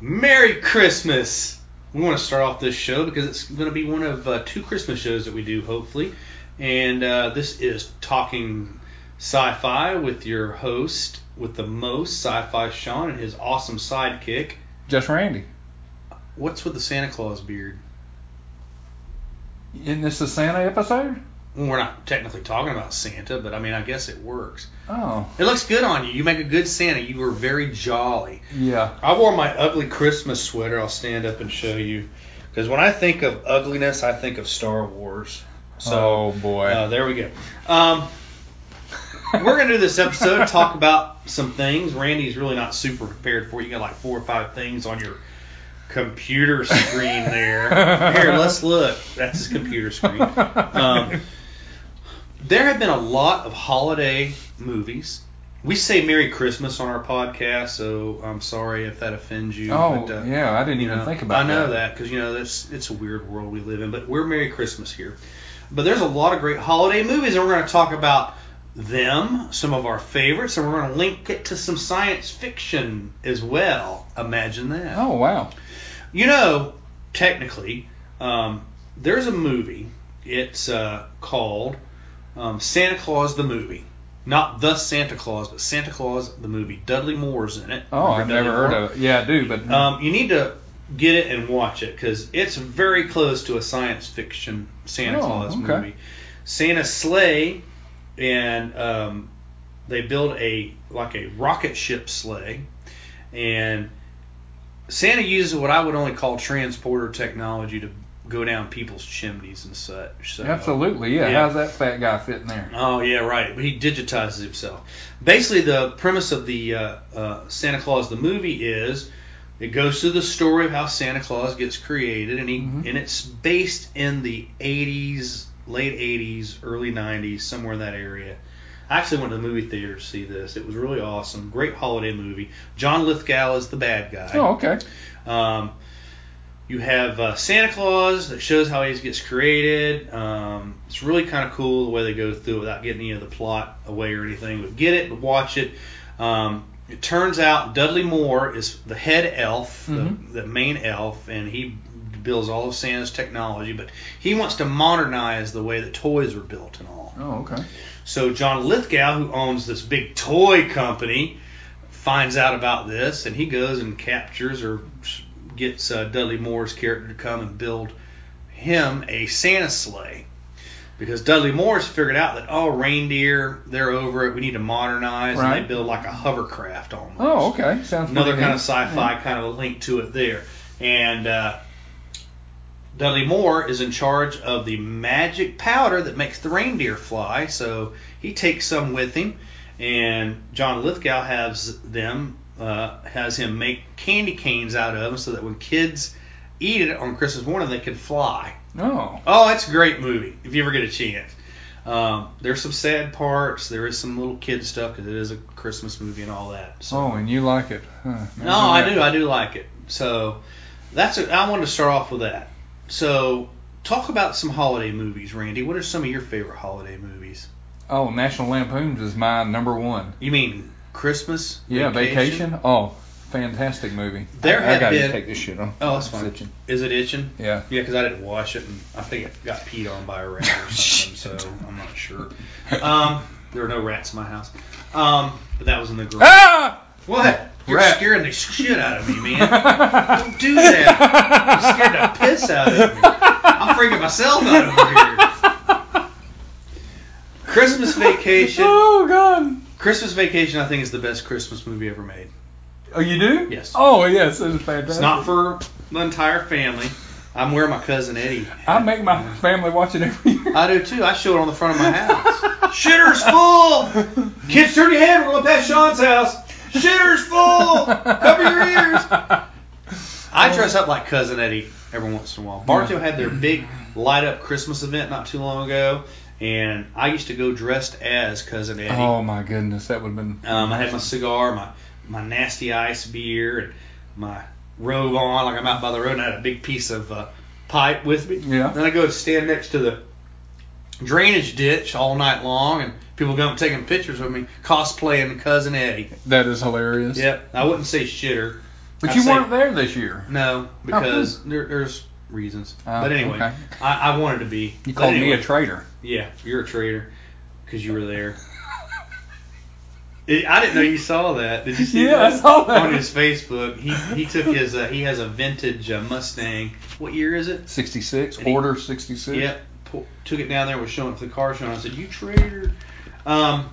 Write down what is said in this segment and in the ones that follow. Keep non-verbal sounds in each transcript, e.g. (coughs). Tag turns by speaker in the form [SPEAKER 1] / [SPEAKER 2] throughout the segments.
[SPEAKER 1] Merry Christmas! We want to start off this show because it's going to be one of uh, two Christmas shows that we do, hopefully. And uh, this is Talking Sci Fi with your host, with the most, Sci Fi Sean, and his awesome sidekick.
[SPEAKER 2] Just Randy.
[SPEAKER 1] What's with the Santa Claus beard?
[SPEAKER 2] Isn't this the Santa episode?
[SPEAKER 1] Well, we're not technically talking about Santa, but I mean, I guess it works.
[SPEAKER 2] Oh,
[SPEAKER 1] It looks good on you. You make a good Santa. You were very jolly.
[SPEAKER 2] yeah.
[SPEAKER 1] I wore my ugly Christmas sweater. I'll stand up and show you. Because when I think of ugliness, I think of Star Wars. So
[SPEAKER 2] oh boy.
[SPEAKER 1] uh, there we go. Um, we're gonna do this episode talk about (laughs) some things. Randy's really not super prepared for. it. You got like four or five things on your computer screen
[SPEAKER 2] (laughs)
[SPEAKER 1] there. Here, let's look. That's his computer screen. Um, there have been a lot of holiday movies. We say Merry Christmas on our podcast, so I'm sorry if that offends you.
[SPEAKER 2] (laughs) oh
[SPEAKER 1] but, uh,
[SPEAKER 2] yeah, I didn't
[SPEAKER 1] you
[SPEAKER 2] even
[SPEAKER 1] know,
[SPEAKER 2] think about.
[SPEAKER 1] I know that because you know that's it's a weird world we live in, but we're Merry Christmas here. But there's a lot of great holiday movies, and we're going to talk about them, some of our favorites, and we're going to link it to some science fiction as well. Imagine that.
[SPEAKER 2] Oh wow.
[SPEAKER 1] You know, technically, um, there's a movie. It's uh, called um, Santa Claus the Movie. Not the Santa Claus, but Santa Claus the Movie. Dudley Moore's in it.
[SPEAKER 2] Oh,
[SPEAKER 1] Remember
[SPEAKER 2] I've never
[SPEAKER 1] Dudley
[SPEAKER 2] heard
[SPEAKER 1] Moore?
[SPEAKER 2] of it. Yeah, I do, but
[SPEAKER 1] Um, you need to get it and watch it because it's very close to a science fiction Santa
[SPEAKER 2] Oh,
[SPEAKER 1] Claus
[SPEAKER 2] okay.
[SPEAKER 1] movie. Santa's sleigh, and um, they build a like a rocket ship sleigh, and Santa uses what I would only call transporter technology to go down people's chimneys and such. So,
[SPEAKER 2] absolutely. Yeah.
[SPEAKER 1] yeah.
[SPEAKER 2] How's that fat guy fit in there?
[SPEAKER 1] Oh yeah, right. But he digitizes himself. Basically, the premise of the uh, uh, Santa Claus the movie is it goes through the story of how Santa Claus gets created, and he
[SPEAKER 2] Mhm.
[SPEAKER 1] and it's based in the 80s, late 80s, early 90s, somewhere in that area. I actually went to the movie theater to see this. It was really awesome. Great holiday movie. John Lithgow is the bad guy.
[SPEAKER 2] Oh okay.
[SPEAKER 1] Um, you have uh, Santa Claus that shows how he gets created. Um, it's really kind of cool the way they go through it without getting any of the plot away or anything. But get it, but watch it. Um, it turns out Dudley Moore is the head elf,
[SPEAKER 2] Mhm.
[SPEAKER 1] the, the main elf, and he builds all of Santa's technology. But he wants to modernize the way that toys are built and all.
[SPEAKER 2] Oh okay.
[SPEAKER 1] So John Lithgow, who owns this big toy company, finds out about this, and he goes and captures or gets uh, Dudley Moore's character to come and build him a Santa sleigh. Because Dudley Moore's figured out that oh reindeer they're over it we need to modernize and
[SPEAKER 2] Right.
[SPEAKER 1] they build like a hovercraft almost
[SPEAKER 2] Oh okay. Sounds
[SPEAKER 1] another
[SPEAKER 2] pretty
[SPEAKER 1] kind of
[SPEAKER 2] neat.
[SPEAKER 1] sci-fi kind of a link to it there. And uh, Dudley Moore is in charge of the magic powder that makes the reindeer fly, so he takes some with him. And John Lithgow has them uh, has him make candy canes out of them so that when kids eat it on Christmas morning they can fly.
[SPEAKER 2] Yeah. Oh.
[SPEAKER 1] Oh, it's a great movie if you ever get a chance. Um, there's some sad parts. There is some little kid stuff because it is a Christmas movie and all that. So.
[SPEAKER 2] Oh, and you like it? Huh.
[SPEAKER 1] No, I do. I do like it. So that's a, I wanted to start off with that. So talk about some holiday movies, Randy. What are some of your favorite holiday movies?
[SPEAKER 2] Oh, National Lampoon's is my number one.
[SPEAKER 1] You mean Christmas?
[SPEAKER 2] Yeah, vacation. Oh, fantastic movie.
[SPEAKER 1] There
[SPEAKER 2] I, I
[SPEAKER 1] have
[SPEAKER 2] gotta
[SPEAKER 1] been-
[SPEAKER 2] take this shit off.
[SPEAKER 1] Oh, that's fine.
[SPEAKER 2] It's itching.
[SPEAKER 1] Is it itching?
[SPEAKER 2] Yeah.
[SPEAKER 1] Yeah, because I didn't wash it, and I think it got peed on by a rat
[SPEAKER 2] (laughs)
[SPEAKER 1] or something. so I'm not sure. Um, there were no rats in my house. Um, but that was in the garage.
[SPEAKER 2] Ah!
[SPEAKER 1] What? You're
[SPEAKER 2] Rat.
[SPEAKER 1] scaring the shit out of me, man.
[SPEAKER 2] (laughs)
[SPEAKER 1] Don't do that. You scared the piss out of me. I'm freaking myself out over here. Christmas Vacation.
[SPEAKER 2] Oh god.
[SPEAKER 1] Christmas Vacation, I think, is the best Christmas movie ever made.
[SPEAKER 2] Oh, you do?
[SPEAKER 1] Yes.
[SPEAKER 2] Oh, yes, it's fantastic.
[SPEAKER 1] It's not for the entire family. I'm where my cousin Eddie.
[SPEAKER 2] I make my family watch it every year.
[SPEAKER 1] I do too. I show it on the front of my house. Shitter's full. Kids, turn your head. We're going past Sean's house. Shitter's full. Cover your ears. I dress up like Cousin Eddie every once in a while. Bartow had their big light up Christmas event not too long ago, and I used to go dressed as Cousin Eddie.
[SPEAKER 2] (laughs) Oh my goodness, that would have been.
[SPEAKER 1] Um, I had my cigar, my my nasty ice beer, and my robe on, like I'm out by the road, and I had a big piece of uh, pipe with me.
[SPEAKER 2] Yeah.
[SPEAKER 1] Then I go stand next to the drainage ditch all night long, and people come taking pictures of me cosplaying Cousin Eddie.
[SPEAKER 2] That is hilarious.
[SPEAKER 1] Yep. I wouldn't say shitter.
[SPEAKER 2] But
[SPEAKER 1] I'd
[SPEAKER 2] you
[SPEAKER 1] say-
[SPEAKER 2] weren't there this year.
[SPEAKER 1] No, because there, there's reasons.
[SPEAKER 2] Oh,
[SPEAKER 1] but anyway,
[SPEAKER 2] okay.
[SPEAKER 1] I, I wanted to be.
[SPEAKER 2] You
[SPEAKER 1] but
[SPEAKER 2] called me
[SPEAKER 1] anyway, (laughs)
[SPEAKER 2] a traitor.
[SPEAKER 1] Yeah, you're a traitor because you were there. It- I didn't know
[SPEAKER 2] (laughs)
[SPEAKER 1] you saw that. Did you see
[SPEAKER 2] Yeah, I
[SPEAKER 1] that?
[SPEAKER 2] saw that.
[SPEAKER 1] on his Facebook? He he took his uh, he has a vintage uh, Mustang. What year is it?
[SPEAKER 2] 66,
[SPEAKER 1] And he-
[SPEAKER 2] order 66.
[SPEAKER 1] Yep. Pu- took it down there. Was showing it to the car show. And I said, "You traitor." Um,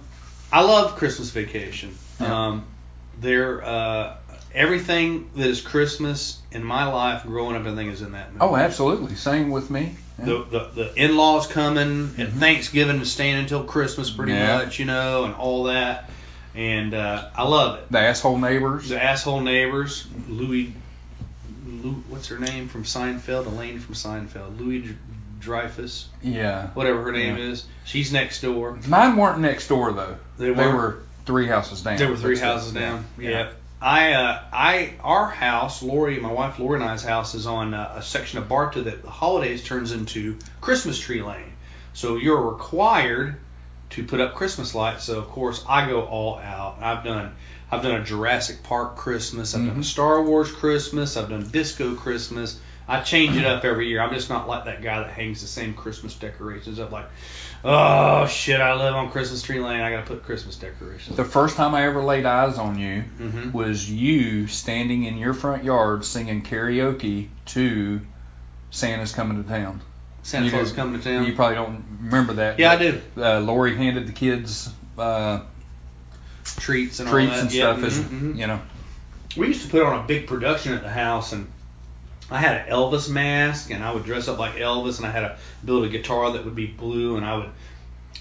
[SPEAKER 1] I love Christmas Vacation.
[SPEAKER 2] Yeah.
[SPEAKER 1] Um, there, uh, everything that is Christmas in my life growing up, I think is in that movie.
[SPEAKER 2] Oh, absolutely. Same with me. Yeah.
[SPEAKER 1] the, the, the in-laws coming and
[SPEAKER 2] Mhm.
[SPEAKER 1] Thanksgiving and staying until Christmas pretty
[SPEAKER 2] Yeah.
[SPEAKER 1] much, you know, and all that. And uh, I love it.
[SPEAKER 2] The asshole neighbors.
[SPEAKER 1] The asshole neighbors, Louis, Lou, what's her name from Seinfeld? Elaine from Seinfeld, Louis Dr- Dreyfus,
[SPEAKER 2] Yeah.
[SPEAKER 1] whatever her name
[SPEAKER 2] Yeah.
[SPEAKER 1] is. She's next door.
[SPEAKER 2] Mine weren't next door though.
[SPEAKER 1] They
[SPEAKER 2] They,
[SPEAKER 1] weren't?
[SPEAKER 2] were three houses down.
[SPEAKER 1] There were three
[SPEAKER 2] That's the-
[SPEAKER 1] houses down. Yeah. I, uh, I, our house, Lori, my wife Lori and I's house is on uh, a section of Barta that the holidays turns into Christmas tree lane. So you're required to put up Christmas lights. So of course I go all out. I've done, I've done a Jurassic Park Christmas. I've done a
[SPEAKER 2] Mhm.
[SPEAKER 1] Star Wars Christmas. I've done Disco Christmas. I change it up every year. I'm just not like that guy that hangs the same Christmas decorations up. Like, oh shit, I live on Christmas tree lane. I gotta put Christmas decorations.
[SPEAKER 2] The first time I ever laid eyes on you
[SPEAKER 1] Mhm.
[SPEAKER 2] was you standing in your front yard singing karaoke to Santa's Coming to Town.
[SPEAKER 1] Santa
[SPEAKER 2] You
[SPEAKER 1] Claus
[SPEAKER 2] do-
[SPEAKER 1] coming to town.
[SPEAKER 2] You probably don't remember that.
[SPEAKER 1] Yeah, I do.
[SPEAKER 2] but, Uh, Lori handed the kids uh,
[SPEAKER 1] treats and all
[SPEAKER 2] treats
[SPEAKER 1] that.
[SPEAKER 2] and
[SPEAKER 1] yeah,
[SPEAKER 2] stuff.
[SPEAKER 1] mhm,
[SPEAKER 2] as,
[SPEAKER 1] mhm.
[SPEAKER 2] You know.
[SPEAKER 1] We used to put on a big production at the house, and I had an Elvis mask, and I would dress up like Elvis, and I had a build a guitar that would be blue, and I would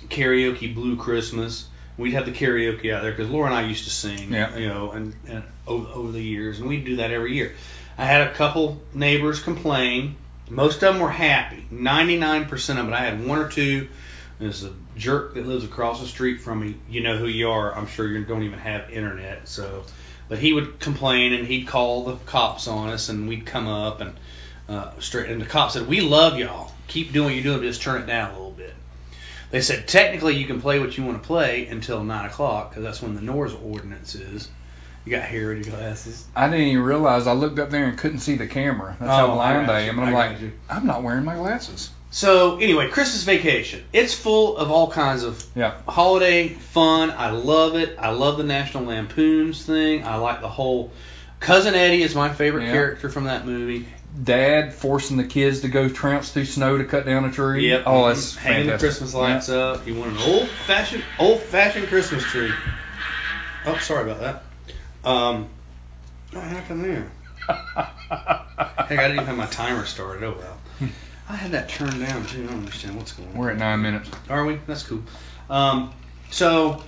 [SPEAKER 1] karaoke Blue Christmas. We'd have the karaoke out there because Laura and I used to sing,
[SPEAKER 2] Yeah.
[SPEAKER 1] you know, and, and over, over the years, and we'd do that every year. I had a couple neighbors complain. Most of them were happy. 99% of it. I had one or two. There's a jerk that lives across the street from me. You know who you are. I'm sure you don't even have internet. So, but he would complain and he'd call the cops on us, and we'd come up and uh, straight. And the cops said, "We love y'all. Keep doing what you're doing. but Just turn it down a little bit." They said technically you can play what you want to play until nine o'clock because that's when the noise ordinance is. You got hairy glasses.
[SPEAKER 2] I didn't even realize I looked up there and couldn't see the camera. That's
[SPEAKER 1] Oh, I
[SPEAKER 2] how blind
[SPEAKER 1] got
[SPEAKER 2] I
[SPEAKER 1] you.
[SPEAKER 2] am. And I'm
[SPEAKER 1] I got
[SPEAKER 2] like,
[SPEAKER 1] you.
[SPEAKER 2] I'm not wearing my glasses.
[SPEAKER 1] So anyway, Christmas vacation. It's full of all kinds of
[SPEAKER 2] Yeah.
[SPEAKER 1] holiday fun. I love it. I love the National Lampoons thing. I like the whole. Cousin Eddie is my favorite
[SPEAKER 2] Yeah.
[SPEAKER 1] character from that movie.
[SPEAKER 2] dad forcing the kids to go trounce through snow to cut down a tree.
[SPEAKER 1] Yep.
[SPEAKER 2] Oh, that's
[SPEAKER 1] hanging the
[SPEAKER 2] fantastic.
[SPEAKER 1] Christmas lights up. You want an old fashioned, old fashioned Christmas tree. Oh, sorry about that. Um, what happened there?
[SPEAKER 2] (laughs)
[SPEAKER 1] Heck, I didn't even have my timer started. Oh well. I had that turned down too. I don't understand what's going on.
[SPEAKER 2] Hmm. We're at nine minutes.
[SPEAKER 1] Are we? That's cool. Um, so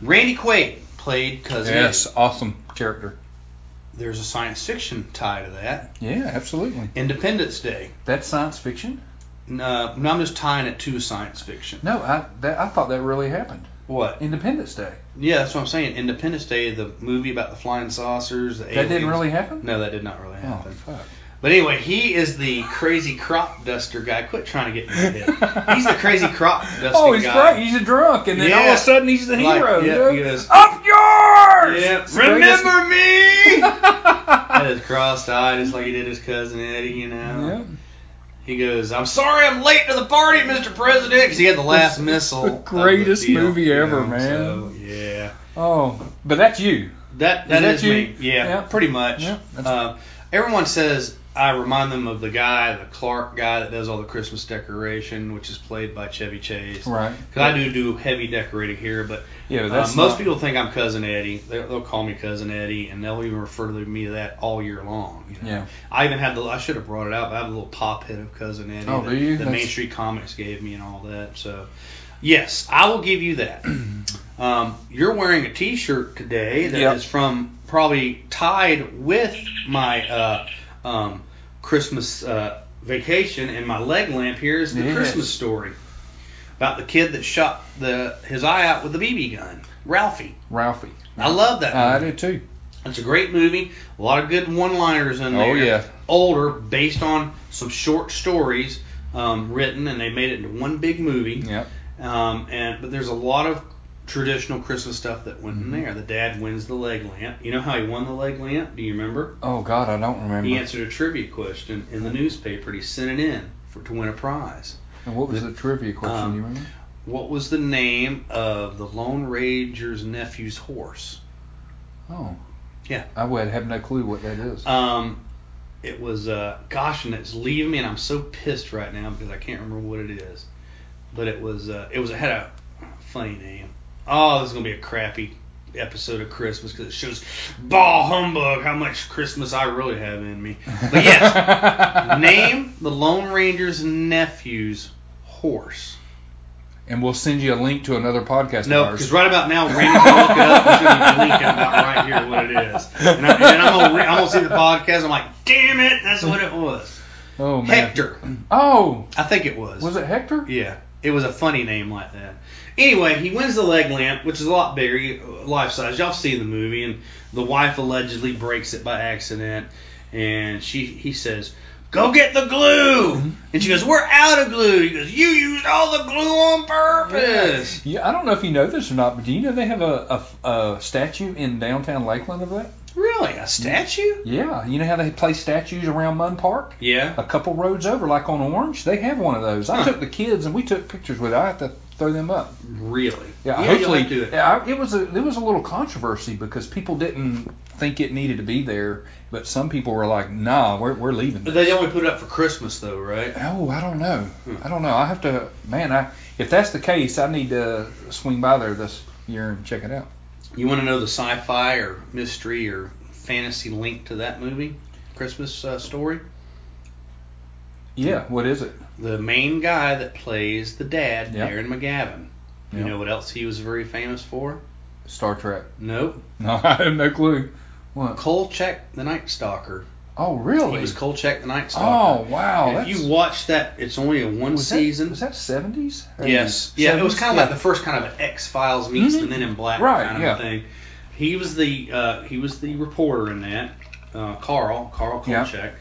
[SPEAKER 1] Randy Quaid played cousin.
[SPEAKER 2] Yes,
[SPEAKER 1] Eddie.
[SPEAKER 2] awesome character.
[SPEAKER 1] There's a science fiction tie to that.
[SPEAKER 2] Yeah, absolutely.
[SPEAKER 1] Independence Day.
[SPEAKER 2] That's science fiction.
[SPEAKER 1] No, no, I'm just tying it to science fiction.
[SPEAKER 2] No, I that, I thought that really happened.
[SPEAKER 1] What?
[SPEAKER 2] Independence Day.
[SPEAKER 1] Yeah, that's what I'm saying. Independence Day, the movie about the flying saucers. The
[SPEAKER 2] That didn't
[SPEAKER 1] aliens.
[SPEAKER 2] really happen.
[SPEAKER 1] No, that did not really
[SPEAKER 2] Oh
[SPEAKER 1] happen.
[SPEAKER 2] fuck.
[SPEAKER 1] But anyway, he is the crazy crop duster guy. Quit trying to get in my head. He's the
[SPEAKER 2] (laughs)
[SPEAKER 1] crazy crop duster
[SPEAKER 2] Oh, he's
[SPEAKER 1] guy.
[SPEAKER 2] great. He's a drunk, and then all
[SPEAKER 1] Yeah.
[SPEAKER 2] of a sudden he's the
[SPEAKER 1] Like,
[SPEAKER 2] hero.
[SPEAKER 1] yeah,
[SPEAKER 2] dude.
[SPEAKER 1] he goes,
[SPEAKER 2] Up yours.
[SPEAKER 1] Yep.
[SPEAKER 2] It's the greatest-
[SPEAKER 1] Remember
[SPEAKER 2] (laughs)
[SPEAKER 1] me? That is cross-eyed, just like he did his cousin Eddie, you know.
[SPEAKER 2] Yep.
[SPEAKER 1] He goes, "I'm sorry, I'm late to the party, Mr. President," because he had the last
[SPEAKER 2] It's
[SPEAKER 1] missile.
[SPEAKER 2] the
[SPEAKER 1] of
[SPEAKER 2] greatest
[SPEAKER 1] deal,
[SPEAKER 2] movie
[SPEAKER 1] you
[SPEAKER 2] ever,
[SPEAKER 1] know,
[SPEAKER 2] man.
[SPEAKER 1] So, yeah,
[SPEAKER 2] Oh, but that's you.
[SPEAKER 1] that
[SPEAKER 2] Is
[SPEAKER 1] that
[SPEAKER 2] that
[SPEAKER 1] is
[SPEAKER 2] you?
[SPEAKER 1] me. Yeah,
[SPEAKER 2] Yeah.
[SPEAKER 1] pretty much.
[SPEAKER 2] Yeah, that's-
[SPEAKER 1] Uh, everyone says I remind them of the guy, the Clark guy that does all the Christmas decoration, which is played by Chevy Chase.
[SPEAKER 2] Right.
[SPEAKER 1] Because I do do heavy decorating here, but
[SPEAKER 2] Yeah, but
[SPEAKER 1] uh,
[SPEAKER 2] that's
[SPEAKER 1] most
[SPEAKER 2] not-
[SPEAKER 1] people think I'm cousin Eddie. They'll, they'll call me cousin Eddie, and they'll even refer to me to that all year long. You know?
[SPEAKER 2] Yeah.
[SPEAKER 1] I even have the. I should have brought it up. I have a little pop hit of cousin Eddie.
[SPEAKER 2] Oh,
[SPEAKER 1] that,
[SPEAKER 2] do you?
[SPEAKER 1] That
[SPEAKER 2] That's-
[SPEAKER 1] Main Street Comics gave me and all that. So, yes, I will give you
[SPEAKER 2] (clears throat)
[SPEAKER 1] that. um, you're wearing a T-shirt today that is
[SPEAKER 2] Yep.
[SPEAKER 1] from probably tied with my uh, um, Christmas uh, vacation, and my leg lamp here is the
[SPEAKER 2] Yes.
[SPEAKER 1] Christmas story about the kid that shot the his eye out with a BB gun, Ralphie.
[SPEAKER 2] Ralphie. Uh,
[SPEAKER 1] I love that.
[SPEAKER 2] I
[SPEAKER 1] movie. (laughs)
[SPEAKER 2] did too.
[SPEAKER 1] It's a great movie. A lot of good one-liners in
[SPEAKER 2] Oh,
[SPEAKER 1] there.
[SPEAKER 2] yeah.
[SPEAKER 1] Older, based on some short stories um, written, and they made it into one big movie.
[SPEAKER 2] Yep.
[SPEAKER 1] Um, and but there's a lot of traditional Christmas stuff that went
[SPEAKER 2] Mm-hmm.
[SPEAKER 1] in there. The dad wins the leg lamp. You know how he won the leg lamp? Do you remember?
[SPEAKER 2] Oh God, I don't remember.
[SPEAKER 1] He answered a trivia question in the newspaper. and He sent it in for to win a prize.
[SPEAKER 2] And what was the trivia question?
[SPEAKER 1] Um,
[SPEAKER 2] do you remember?
[SPEAKER 1] What was the name of the Lone Ranger's nephew's horse?
[SPEAKER 2] Oh.
[SPEAKER 1] Yeah.
[SPEAKER 2] I would have no clue what that is.
[SPEAKER 1] Um, it was uh, gosh, and it's leaving me, and I'm so pissed right now because I can't remember what it is. But it was uh, it was it had a funny name. Oh, this is gonna be a crappy episode of Christmas because it shows ball humbug how much Christmas I really have in me. But yes,
[SPEAKER 2] (laughs)
[SPEAKER 1] name the Lone Ranger's nephew's horse.
[SPEAKER 2] And we'll send you a link to another podcast.
[SPEAKER 1] No,
[SPEAKER 2] of
[SPEAKER 1] because
[SPEAKER 2] ours.
[SPEAKER 1] right about now, Randy's gonna look it up. He's gonna be blinking about right here what it is, and, I, and I'm gonna re- I'm gonna see the podcast. I'm like, damn it, that's what it was.
[SPEAKER 2] Oh man.
[SPEAKER 1] Hector.
[SPEAKER 2] Oh,
[SPEAKER 1] I think it was.
[SPEAKER 2] was it Hector?
[SPEAKER 1] Yeah. It was a funny name like that. Anyway, he wins the leg lamp, which is a lot bigger, life size. Y'all seen the movie, and the wife allegedly breaks it by accident, and she he says, "Go get the glue," and she goes, "We're out of glue." He goes, "You used all the glue on purpose."
[SPEAKER 2] Yeah, I don't know if you know this or not, but do you know they have a, a, a statue in downtown Lakeland of that?
[SPEAKER 1] Really, a statue?
[SPEAKER 2] Yeah, you know how they place statues around Munn Park?
[SPEAKER 1] Yeah.
[SPEAKER 2] A couple roads over, like on Orange, they have one of those. I
[SPEAKER 1] Huh.
[SPEAKER 2] took the kids and we took pictures with it. I have to throw them up.
[SPEAKER 1] Really?
[SPEAKER 2] Yeah,
[SPEAKER 1] you'll
[SPEAKER 2] hopefully.
[SPEAKER 1] have to do it.
[SPEAKER 2] Yeah, I, it was a there was a little controversy because people didn't think it needed to be there, but some people were like, "Nah, we're we're leaving."
[SPEAKER 1] But
[SPEAKER 2] this."
[SPEAKER 1] they Hmm. only put it up for Christmas, though, right?
[SPEAKER 2] Oh, I don't know. I don't know. I have to, man. I if that's the case, I need to swing by there this year and check it out.
[SPEAKER 1] You want to know the sci-fi or mystery or fantasy link to that movie, Christmas uh, Story?
[SPEAKER 2] Yeah, what is it?
[SPEAKER 1] The main guy that plays the dad,
[SPEAKER 2] Yeah.
[SPEAKER 1] Darren McGavin. You
[SPEAKER 2] Yeah.
[SPEAKER 1] know what else he was very famous for?
[SPEAKER 2] Star Trek.
[SPEAKER 1] Nope.
[SPEAKER 2] (laughs) No, I have no clue. What?
[SPEAKER 1] Kolchak the Night Stalker.
[SPEAKER 2] Oh,
[SPEAKER 1] He
[SPEAKER 2] really?
[SPEAKER 1] was Kolchak the Night
[SPEAKER 2] oh,
[SPEAKER 1] Stalker.
[SPEAKER 2] wow.
[SPEAKER 1] if
[SPEAKER 2] that's,
[SPEAKER 1] you watch that, it's only a one
[SPEAKER 2] was
[SPEAKER 1] season.
[SPEAKER 2] That, was that seventies?
[SPEAKER 1] Yes. Yeah, it was kind of like the first kind of X Files meets
[SPEAKER 2] Mhm.
[SPEAKER 1] the Men in Black
[SPEAKER 2] Right,
[SPEAKER 1] kind of
[SPEAKER 2] yeah.
[SPEAKER 1] thing. He was the uh, he was the reporter in that uh, Carl Carl
[SPEAKER 2] Yeah.
[SPEAKER 1] Kolchak,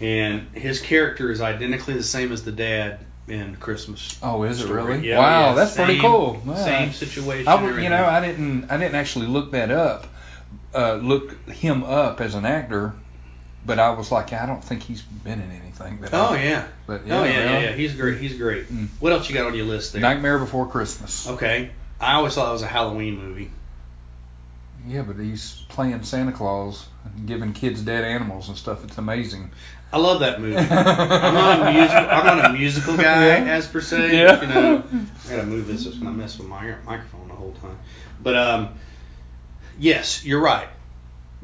[SPEAKER 1] and his character is identically the same as the dad in Christmas.
[SPEAKER 2] Oh, is it
[SPEAKER 1] Story.
[SPEAKER 2] really?
[SPEAKER 1] Yeah,
[SPEAKER 2] wow,
[SPEAKER 1] yeah,
[SPEAKER 2] that's pretty
[SPEAKER 1] same-
[SPEAKER 2] cool. Wow.
[SPEAKER 1] Same situation.
[SPEAKER 2] I would, you
[SPEAKER 1] everything.
[SPEAKER 2] know, I didn't, I didn't actually look that up, uh, look him up as an actor, but I was like, I don't think he's been in anything. That
[SPEAKER 1] Oh
[SPEAKER 2] I,
[SPEAKER 1] yeah.
[SPEAKER 2] but
[SPEAKER 1] oh yeah, yeah,
[SPEAKER 2] really.
[SPEAKER 1] yeah. He's great. He's great.
[SPEAKER 2] Mm.
[SPEAKER 1] What else you got on your list there?
[SPEAKER 2] Nightmare Before Christmas.
[SPEAKER 1] Okay. I always thought it was a Halloween movie.
[SPEAKER 2] Yeah, but he's playing Santa Claus, and giving kids dead animals and stuff. It's amazing.
[SPEAKER 1] I love that
[SPEAKER 2] (laughs)
[SPEAKER 1] movie. I'm not a musical. I'm not a musical guy
[SPEAKER 2] Yeah. Oh,
[SPEAKER 1] as per se.
[SPEAKER 2] Yeah.
[SPEAKER 1] You
[SPEAKER 2] (laughs)
[SPEAKER 1] know, I gotta move this. It's gonna mess with my microphone the whole time. But um, yes, you're right.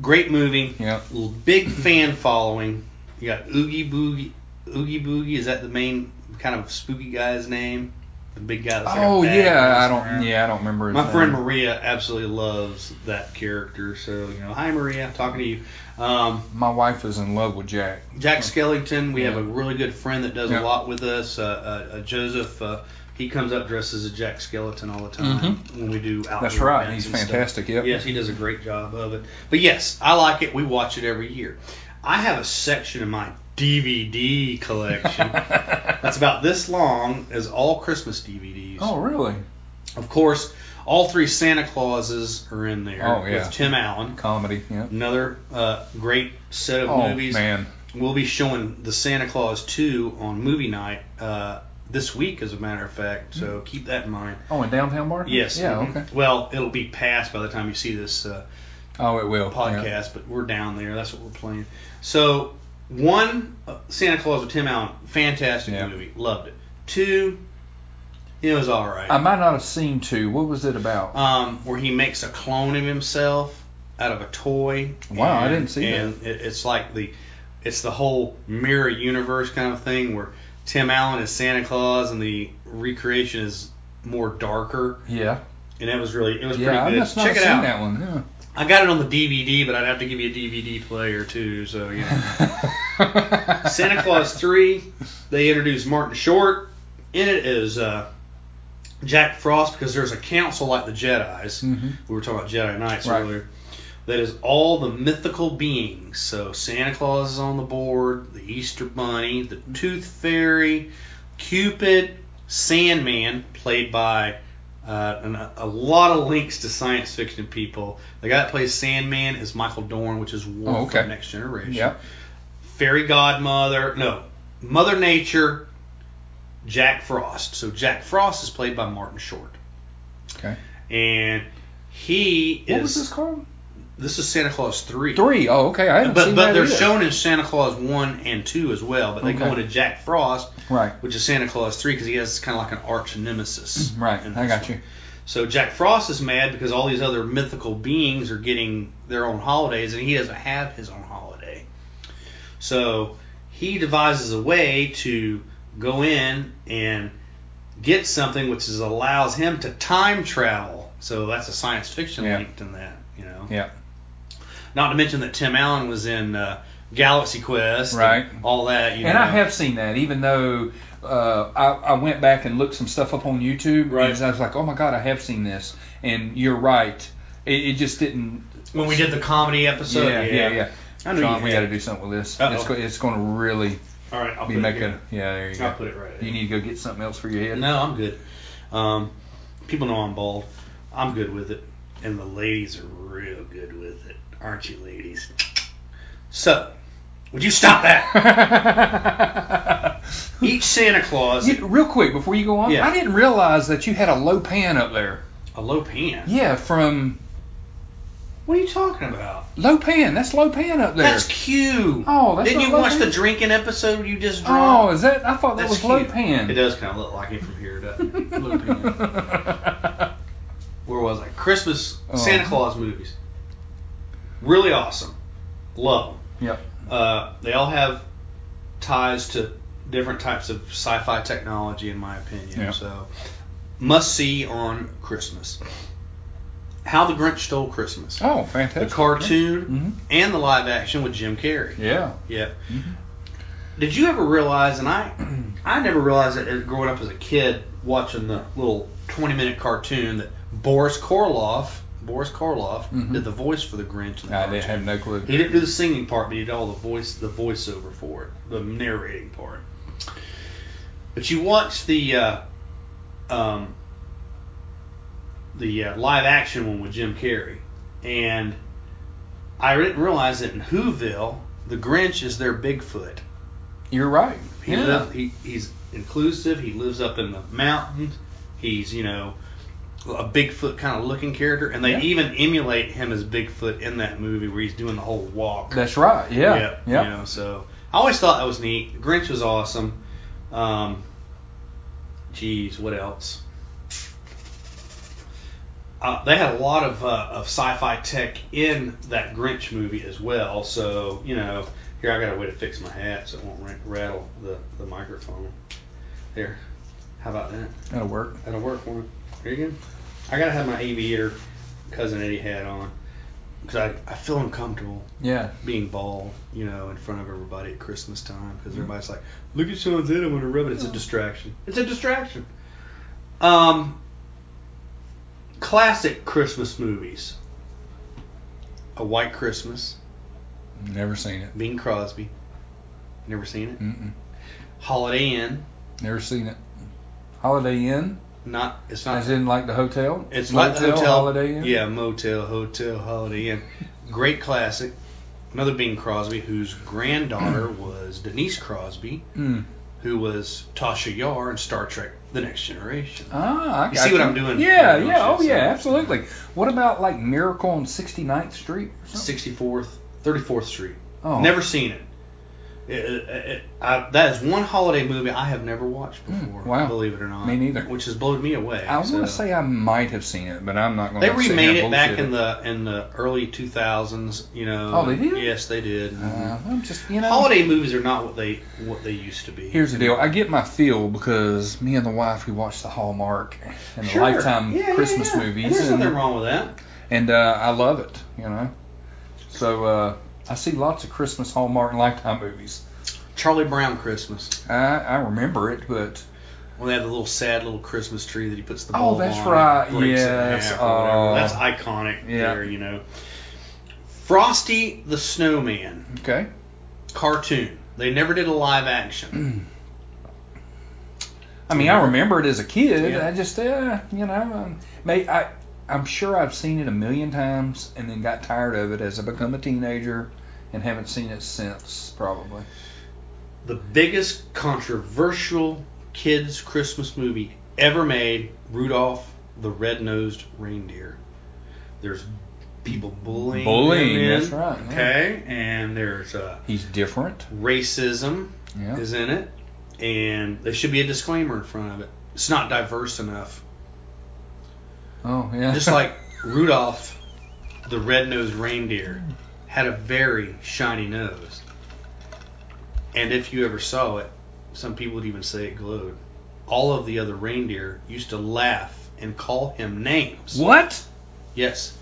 [SPEAKER 1] Great movie.
[SPEAKER 2] Yeah.
[SPEAKER 1] L- Big fan following. You got Oogie Boogie. Oogie Boogie is that the main kind of spooky guy's name? The big guy. That's like a
[SPEAKER 2] oh
[SPEAKER 1] bad
[SPEAKER 2] yeah,
[SPEAKER 1] guy
[SPEAKER 2] I don't.
[SPEAKER 1] around.
[SPEAKER 2] Yeah, I don't remember. His
[SPEAKER 1] My
[SPEAKER 2] name.
[SPEAKER 1] friend Maria absolutely loves that character. So you know, hi Maria, talking to you. Um,
[SPEAKER 2] My wife is in love with Jack.
[SPEAKER 1] Jack Skellington. We have a really good friend that does
[SPEAKER 2] Yeah.
[SPEAKER 1] a lot with us. Uh, uh, uh, Joseph. Uh, he comes up dressed as a Jack Skeleton all the time when we do outdoor
[SPEAKER 2] Mm-hmm. That's right.
[SPEAKER 1] events
[SPEAKER 2] He's
[SPEAKER 1] and stuff.
[SPEAKER 2] fantastic. Yep.
[SPEAKER 1] Yes, he does a great job of it. But yes, I like it. We watch it every year. I have a section in my DVD
[SPEAKER 2] (laughs)
[SPEAKER 1] collection that's about this long as all Christmas DVDs.
[SPEAKER 2] Oh really?
[SPEAKER 1] Of course, all three Santa Clauses are in there
[SPEAKER 2] Oh, yeah.
[SPEAKER 1] with Tim Allen.
[SPEAKER 2] Comedy. Yeah.
[SPEAKER 1] Another uh, great set of
[SPEAKER 2] Oh
[SPEAKER 1] movies
[SPEAKER 2] man.
[SPEAKER 1] we'll be showing the Santa Claus 2 on movie night uh, this week, as a matter of fact. So keep that in mind.
[SPEAKER 2] Oh, in downtown Market.
[SPEAKER 1] Yes.
[SPEAKER 2] Yeah.
[SPEAKER 1] mhm.
[SPEAKER 2] Okay.
[SPEAKER 1] Well, it'll be past by the time you see this uh,
[SPEAKER 2] Oh, it will.
[SPEAKER 1] podcast,
[SPEAKER 2] Yeah.
[SPEAKER 1] but we're down there. That's what we're playing. So one, uh, Santa Claus with Tim Allen, fantastic
[SPEAKER 2] Yeah.
[SPEAKER 1] movie, loved it. Two, it was all right.
[SPEAKER 2] I might not have seen two. What was it about?
[SPEAKER 1] um, where he makes a clone of himself out of a toy.
[SPEAKER 2] Wow, I didn't see that.
[SPEAKER 1] and it- it's like the it's the whole mirror universe kind of thing where Tim Allen is Santa Claus and the recreation is more darker.
[SPEAKER 2] yeah.
[SPEAKER 1] And it was really it was
[SPEAKER 2] Yeah. I
[SPEAKER 1] pretty good.
[SPEAKER 2] must not
[SPEAKER 1] Check
[SPEAKER 2] have
[SPEAKER 1] it
[SPEAKER 2] seen
[SPEAKER 1] out.
[SPEAKER 2] that one. Yeah.
[SPEAKER 1] I got it on the DVD, but I'd have to give you a DVD player too. So you know. Santa Claus
[SPEAKER 2] (laughs)
[SPEAKER 1] three, they introduced Martin Short. In it is uh, Jack Frost because there's a council like the Jedi's.
[SPEAKER 2] Mhm.
[SPEAKER 1] We were talking about Jedi Knights
[SPEAKER 2] Right.
[SPEAKER 1] earlier. That is all the mythical beings. So Santa Claus is on the board, the Easter Bunny, the
[SPEAKER 2] Mm-hmm.
[SPEAKER 1] Tooth Fairy, Cupid, Sandman, played by uh, and a, a lot of links to science fiction people. The guy that plays Sandman is Michael Dorn, which is Wolf
[SPEAKER 2] Oh, okay.
[SPEAKER 1] from Next Generation.
[SPEAKER 2] Yep.
[SPEAKER 1] Fairy Godmother, no, Mother Nature, Jack Frost. So Jack Frost is played by Martin Short,
[SPEAKER 2] Okay.
[SPEAKER 1] and he
[SPEAKER 2] What
[SPEAKER 1] is.
[SPEAKER 2] was this called?
[SPEAKER 1] This is Santa Claus three.
[SPEAKER 2] Three. Oh, okay. I haven't
[SPEAKER 1] But
[SPEAKER 2] seen
[SPEAKER 1] but
[SPEAKER 2] that
[SPEAKER 1] they're
[SPEAKER 2] either.
[SPEAKER 1] shown in Santa Claus one and two as well. But they go
[SPEAKER 2] Okay.
[SPEAKER 1] into Jack Frost,
[SPEAKER 2] Right.
[SPEAKER 1] which is Santa Claus three, because he has kind of like an arch nemesis.
[SPEAKER 2] Mm-hmm. Right.
[SPEAKER 1] in
[SPEAKER 2] I
[SPEAKER 1] this
[SPEAKER 2] got
[SPEAKER 1] one.
[SPEAKER 2] you.
[SPEAKER 1] So Jack Frost is mad because all these other mythical beings are getting their own holidays, and he doesn't have his own holiday. So he devises a way to go in and get something which is, allows him to time travel. So that's a science fiction
[SPEAKER 2] Yeah.
[SPEAKER 1] linked in that, you know.
[SPEAKER 2] Yeah.
[SPEAKER 1] Not to mention that Tim Allen was in uh, Galaxy Quest, and
[SPEAKER 2] Right.
[SPEAKER 1] all that, you
[SPEAKER 2] And
[SPEAKER 1] know.
[SPEAKER 2] I have seen that, even though uh, I, I went back and looked some stuff up on YouTube.
[SPEAKER 1] Right.
[SPEAKER 2] And I was like, oh my God, I have seen this. And you're right. It, it just didn't.
[SPEAKER 1] when we did the comedy episode.
[SPEAKER 2] yeah, yeah, yeah.
[SPEAKER 1] I know
[SPEAKER 2] John,
[SPEAKER 1] you
[SPEAKER 2] we
[SPEAKER 1] had
[SPEAKER 2] got to
[SPEAKER 1] it.
[SPEAKER 2] do something with this.
[SPEAKER 1] Uh-oh.
[SPEAKER 2] It's, go, it's going to really
[SPEAKER 1] All right, I'll
[SPEAKER 2] be
[SPEAKER 1] put it
[SPEAKER 2] making.
[SPEAKER 1] here.
[SPEAKER 2] Yeah, there you
[SPEAKER 1] I'll
[SPEAKER 2] go.
[SPEAKER 1] put it right.
[SPEAKER 2] You need to go get something else for your head.
[SPEAKER 1] No, I'm good. Um, people know I'm bald. I'm good with it, and the ladies are real good with it, aren't you, ladies? So, would you stop
[SPEAKER 2] (laughs)
[SPEAKER 1] that? Each Santa Claus,
[SPEAKER 2] You- real quick before you go on,
[SPEAKER 1] Yeah.
[SPEAKER 2] I didn't realize that you had a low pan up there.
[SPEAKER 1] a low pan.
[SPEAKER 2] Yeah, from
[SPEAKER 1] What are you talking about?
[SPEAKER 2] low pan. That's low pan up there.
[SPEAKER 1] That's cute.
[SPEAKER 2] Oh, that's
[SPEAKER 1] didn't
[SPEAKER 2] not
[SPEAKER 1] you
[SPEAKER 2] low
[SPEAKER 1] watch the
[SPEAKER 2] pan?
[SPEAKER 1] drinking episode you just
[SPEAKER 2] oh,
[SPEAKER 1] dropped?
[SPEAKER 2] is that? I thought that was low
[SPEAKER 1] cute.
[SPEAKER 2] pan.
[SPEAKER 1] It does uh, kind of look like it from here, doesn't
[SPEAKER 2] (laughs)
[SPEAKER 1] it? low pan. Where was I? Christmas
[SPEAKER 2] Oh.
[SPEAKER 1] Santa Claus movies. Really awesome. Love 'em.
[SPEAKER 2] yep.
[SPEAKER 1] Uh, they all have ties to different types of sci-fi technology, in my opinion.
[SPEAKER 2] Yeah.
[SPEAKER 1] So, must see on Christmas. How the Grinch Stole Christmas,
[SPEAKER 2] Oh,
[SPEAKER 1] the
[SPEAKER 2] fantastic.
[SPEAKER 1] cartoon
[SPEAKER 2] Mhm.
[SPEAKER 1] and the live action with Jim Carrey.
[SPEAKER 2] Yeah.
[SPEAKER 1] Yeah.
[SPEAKER 2] Mhm.
[SPEAKER 1] Did you ever realize? And I, I never realized it as- growing up as a kid watching the little twenty-minute cartoon that Boris Karloff, Boris Karloff,
[SPEAKER 2] Mhm.
[SPEAKER 1] did the voice for the Grinch. In the
[SPEAKER 2] I
[SPEAKER 1] cartoon.
[SPEAKER 2] didn't have no clue.
[SPEAKER 1] He didn't do the singing part, but he did all the voice, the voiceover for it, the narrating part. But you watch the uh, um, the uh, live action one with Jim Carrey, and I didn't realize that in Whoville, the Grinch is their Bigfoot.
[SPEAKER 2] You're right.
[SPEAKER 1] He, live- he he's inclusive. He lives up in the mountains. He's you know a Bigfoot kind of looking character, and they
[SPEAKER 2] Yeah.
[SPEAKER 1] even emulate him as Bigfoot in that movie where he's doing the whole walk.
[SPEAKER 2] That's right. Yeah.
[SPEAKER 1] Yeah.
[SPEAKER 2] yeah.
[SPEAKER 1] You know, so I always thought that was neat. The Grinch was awesome. Um, geez, what else? Uh, they had a lot of, uh, of sci-fi tech in that Grinch movie as well. So you know, here I got a way to fix my hat so it won't ra- rattle the, the microphone. There, how about that?
[SPEAKER 2] That'll work.
[SPEAKER 1] That'll work for me. There you go. I gotta have my aviator cousin Eddie hat on because I, I feel uncomfortable
[SPEAKER 2] Yeah.
[SPEAKER 1] being bald, you know, in front of everybody at Christmas time
[SPEAKER 2] Mm-hmm.
[SPEAKER 1] because everybody's like, "Look at Sean's head, I'm gonna rub it." It's a distraction. It's a distraction. Um, classic Christmas movies: A White Christmas,
[SPEAKER 2] Never seen it.
[SPEAKER 1] Bing Crosby. Never seen it.
[SPEAKER 2] Mm-mm.
[SPEAKER 1] Holiday Inn.
[SPEAKER 2] Never seen it. Holiday Inn,
[SPEAKER 1] Not. It's not.
[SPEAKER 2] as in like the hotel.
[SPEAKER 1] It's like the hotel.
[SPEAKER 2] Holiday Inn.
[SPEAKER 1] Yeah, motel, hotel, Holiday Inn. Great classic. Another Bing Crosby, whose
[SPEAKER 2] (clears throat)
[SPEAKER 1] granddaughter was Denise Crosby.
[SPEAKER 2] Mm.
[SPEAKER 1] who was Tasha Yar in Star Trek: The Next Generation.
[SPEAKER 2] Ah, I
[SPEAKER 1] You
[SPEAKER 2] got
[SPEAKER 1] see what I'm doing?
[SPEAKER 2] Yeah,
[SPEAKER 1] You know,
[SPEAKER 2] yeah, oh
[SPEAKER 1] shit, so-
[SPEAKER 2] yeah, absolutely. What about like Miracle on 69th Street? or something?
[SPEAKER 1] 64th, 34th Street.
[SPEAKER 2] Oh,
[SPEAKER 1] Never seen it. It- it- it- I- that is one holiday movie I have never watched
[SPEAKER 2] Mm,
[SPEAKER 1] before.
[SPEAKER 2] wow.
[SPEAKER 1] Believe it or not.
[SPEAKER 2] Me neither.
[SPEAKER 1] Which has blown me away.
[SPEAKER 2] I want
[SPEAKER 1] so.
[SPEAKER 2] to say I might have seen it, but I'm not going
[SPEAKER 1] They
[SPEAKER 2] to.
[SPEAKER 1] remade it back in the in the early 2000s. You know.
[SPEAKER 2] Oh, they did?
[SPEAKER 1] Yes, they did. Mm-hmm.
[SPEAKER 2] Uh, I'm just you know.
[SPEAKER 1] holiday movies are not what they what they used to be.
[SPEAKER 2] Here's the deal. I get my feel because me and the wife we watch the Hallmark and the
[SPEAKER 1] Sure.
[SPEAKER 2] Lifetime
[SPEAKER 1] Yeah, yeah,
[SPEAKER 2] Christmas
[SPEAKER 1] yeah. And
[SPEAKER 2] movies,
[SPEAKER 1] There's nothing
[SPEAKER 2] and,
[SPEAKER 1] wrong with that.
[SPEAKER 2] and, uh, I love it. You know, so uh, I see lots of Christmas Hallmark and Lifetime movies.
[SPEAKER 1] Charlie Brown Christmas.
[SPEAKER 2] I, I remember it, but
[SPEAKER 1] Well, they have the little sad little Christmas tree that he puts the
[SPEAKER 2] Oh,
[SPEAKER 1] bulb
[SPEAKER 2] that's
[SPEAKER 1] on.
[SPEAKER 2] right.
[SPEAKER 1] and breaks it in
[SPEAKER 2] Yes.
[SPEAKER 1] half or whatever.
[SPEAKER 2] Oh.
[SPEAKER 1] that's iconic
[SPEAKER 2] Yeah.
[SPEAKER 1] there, you know. Frosty the Snowman
[SPEAKER 2] okay.
[SPEAKER 1] cartoon. They never did a live action.
[SPEAKER 2] I mean, I remember it as a kid.
[SPEAKER 1] Yeah.
[SPEAKER 2] I just, uh, you know, um, may, I, I'm sure I've seen it a million times and then got tired of it as I become a teenager and haven't seen it since, probably. Mm.
[SPEAKER 1] The biggest controversial kids' Christmas movie ever made Rudolph the Red-Nosed Reindeer. There's people bullying.
[SPEAKER 2] Bullying,
[SPEAKER 1] him in,
[SPEAKER 2] that's right, yeah.
[SPEAKER 1] Okay, and there's uh,
[SPEAKER 2] He's different.
[SPEAKER 1] racism
[SPEAKER 2] Yeah.
[SPEAKER 1] is in it, and there should be a disclaimer in front of it. It's not diverse enough.
[SPEAKER 2] Oh, yeah. (laughs)
[SPEAKER 1] Just like Rudolph the Red-Nosed Reindeer had a very shiny nose. And if you ever saw it, some people would even say it glowed. All of the other reindeer used to laugh and call him names.
[SPEAKER 2] What?
[SPEAKER 1] Yes.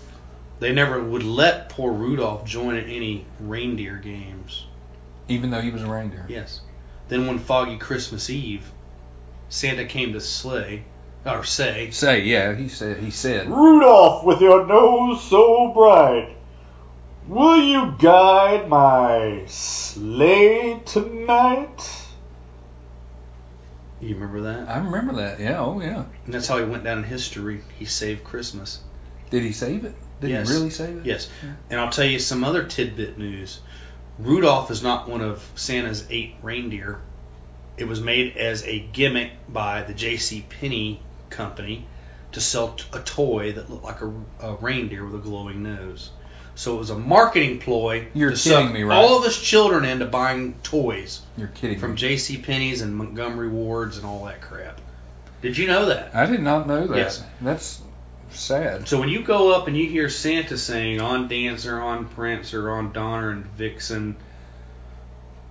[SPEAKER 1] They never would let poor Rudolph join in any reindeer games.
[SPEAKER 2] Even though he was a reindeer.
[SPEAKER 1] Yes. Then one foggy Christmas Eve, Santa came to sleigh, or say,
[SPEAKER 2] Say, yeah, he said, he said.
[SPEAKER 3] Rudolph, with your nose so bright, will you guide my sleigh tonight?
[SPEAKER 1] you remember that?
[SPEAKER 2] I remember that. Yeah, oh, yeah.
[SPEAKER 1] And that's how he went down in history. He saved Christmas.
[SPEAKER 2] Did he save it? Did
[SPEAKER 1] Yes.
[SPEAKER 2] he really save it?
[SPEAKER 1] Yes. And I'll tell you some other tidbit news. Rudolph is not one of Santa's eight reindeer. It was made as a gimmick by the J.C. Penney company to sell t- a toy that looked like a, a reindeer with a glowing nose. So it was a marketing ploy
[SPEAKER 2] You're
[SPEAKER 1] to suck
[SPEAKER 2] kidding me, right?
[SPEAKER 1] all of us children into buying toys
[SPEAKER 2] You're kidding.
[SPEAKER 1] from
[SPEAKER 2] me.
[SPEAKER 1] J.C. Penney's and Montgomery Ward's and all that crap. Did you know that?
[SPEAKER 2] I did not know that.
[SPEAKER 1] Yes.
[SPEAKER 2] That's sad.
[SPEAKER 1] So when you go up and you hear Santa saying on Dancer, on Prancer, on Donner and Vixen,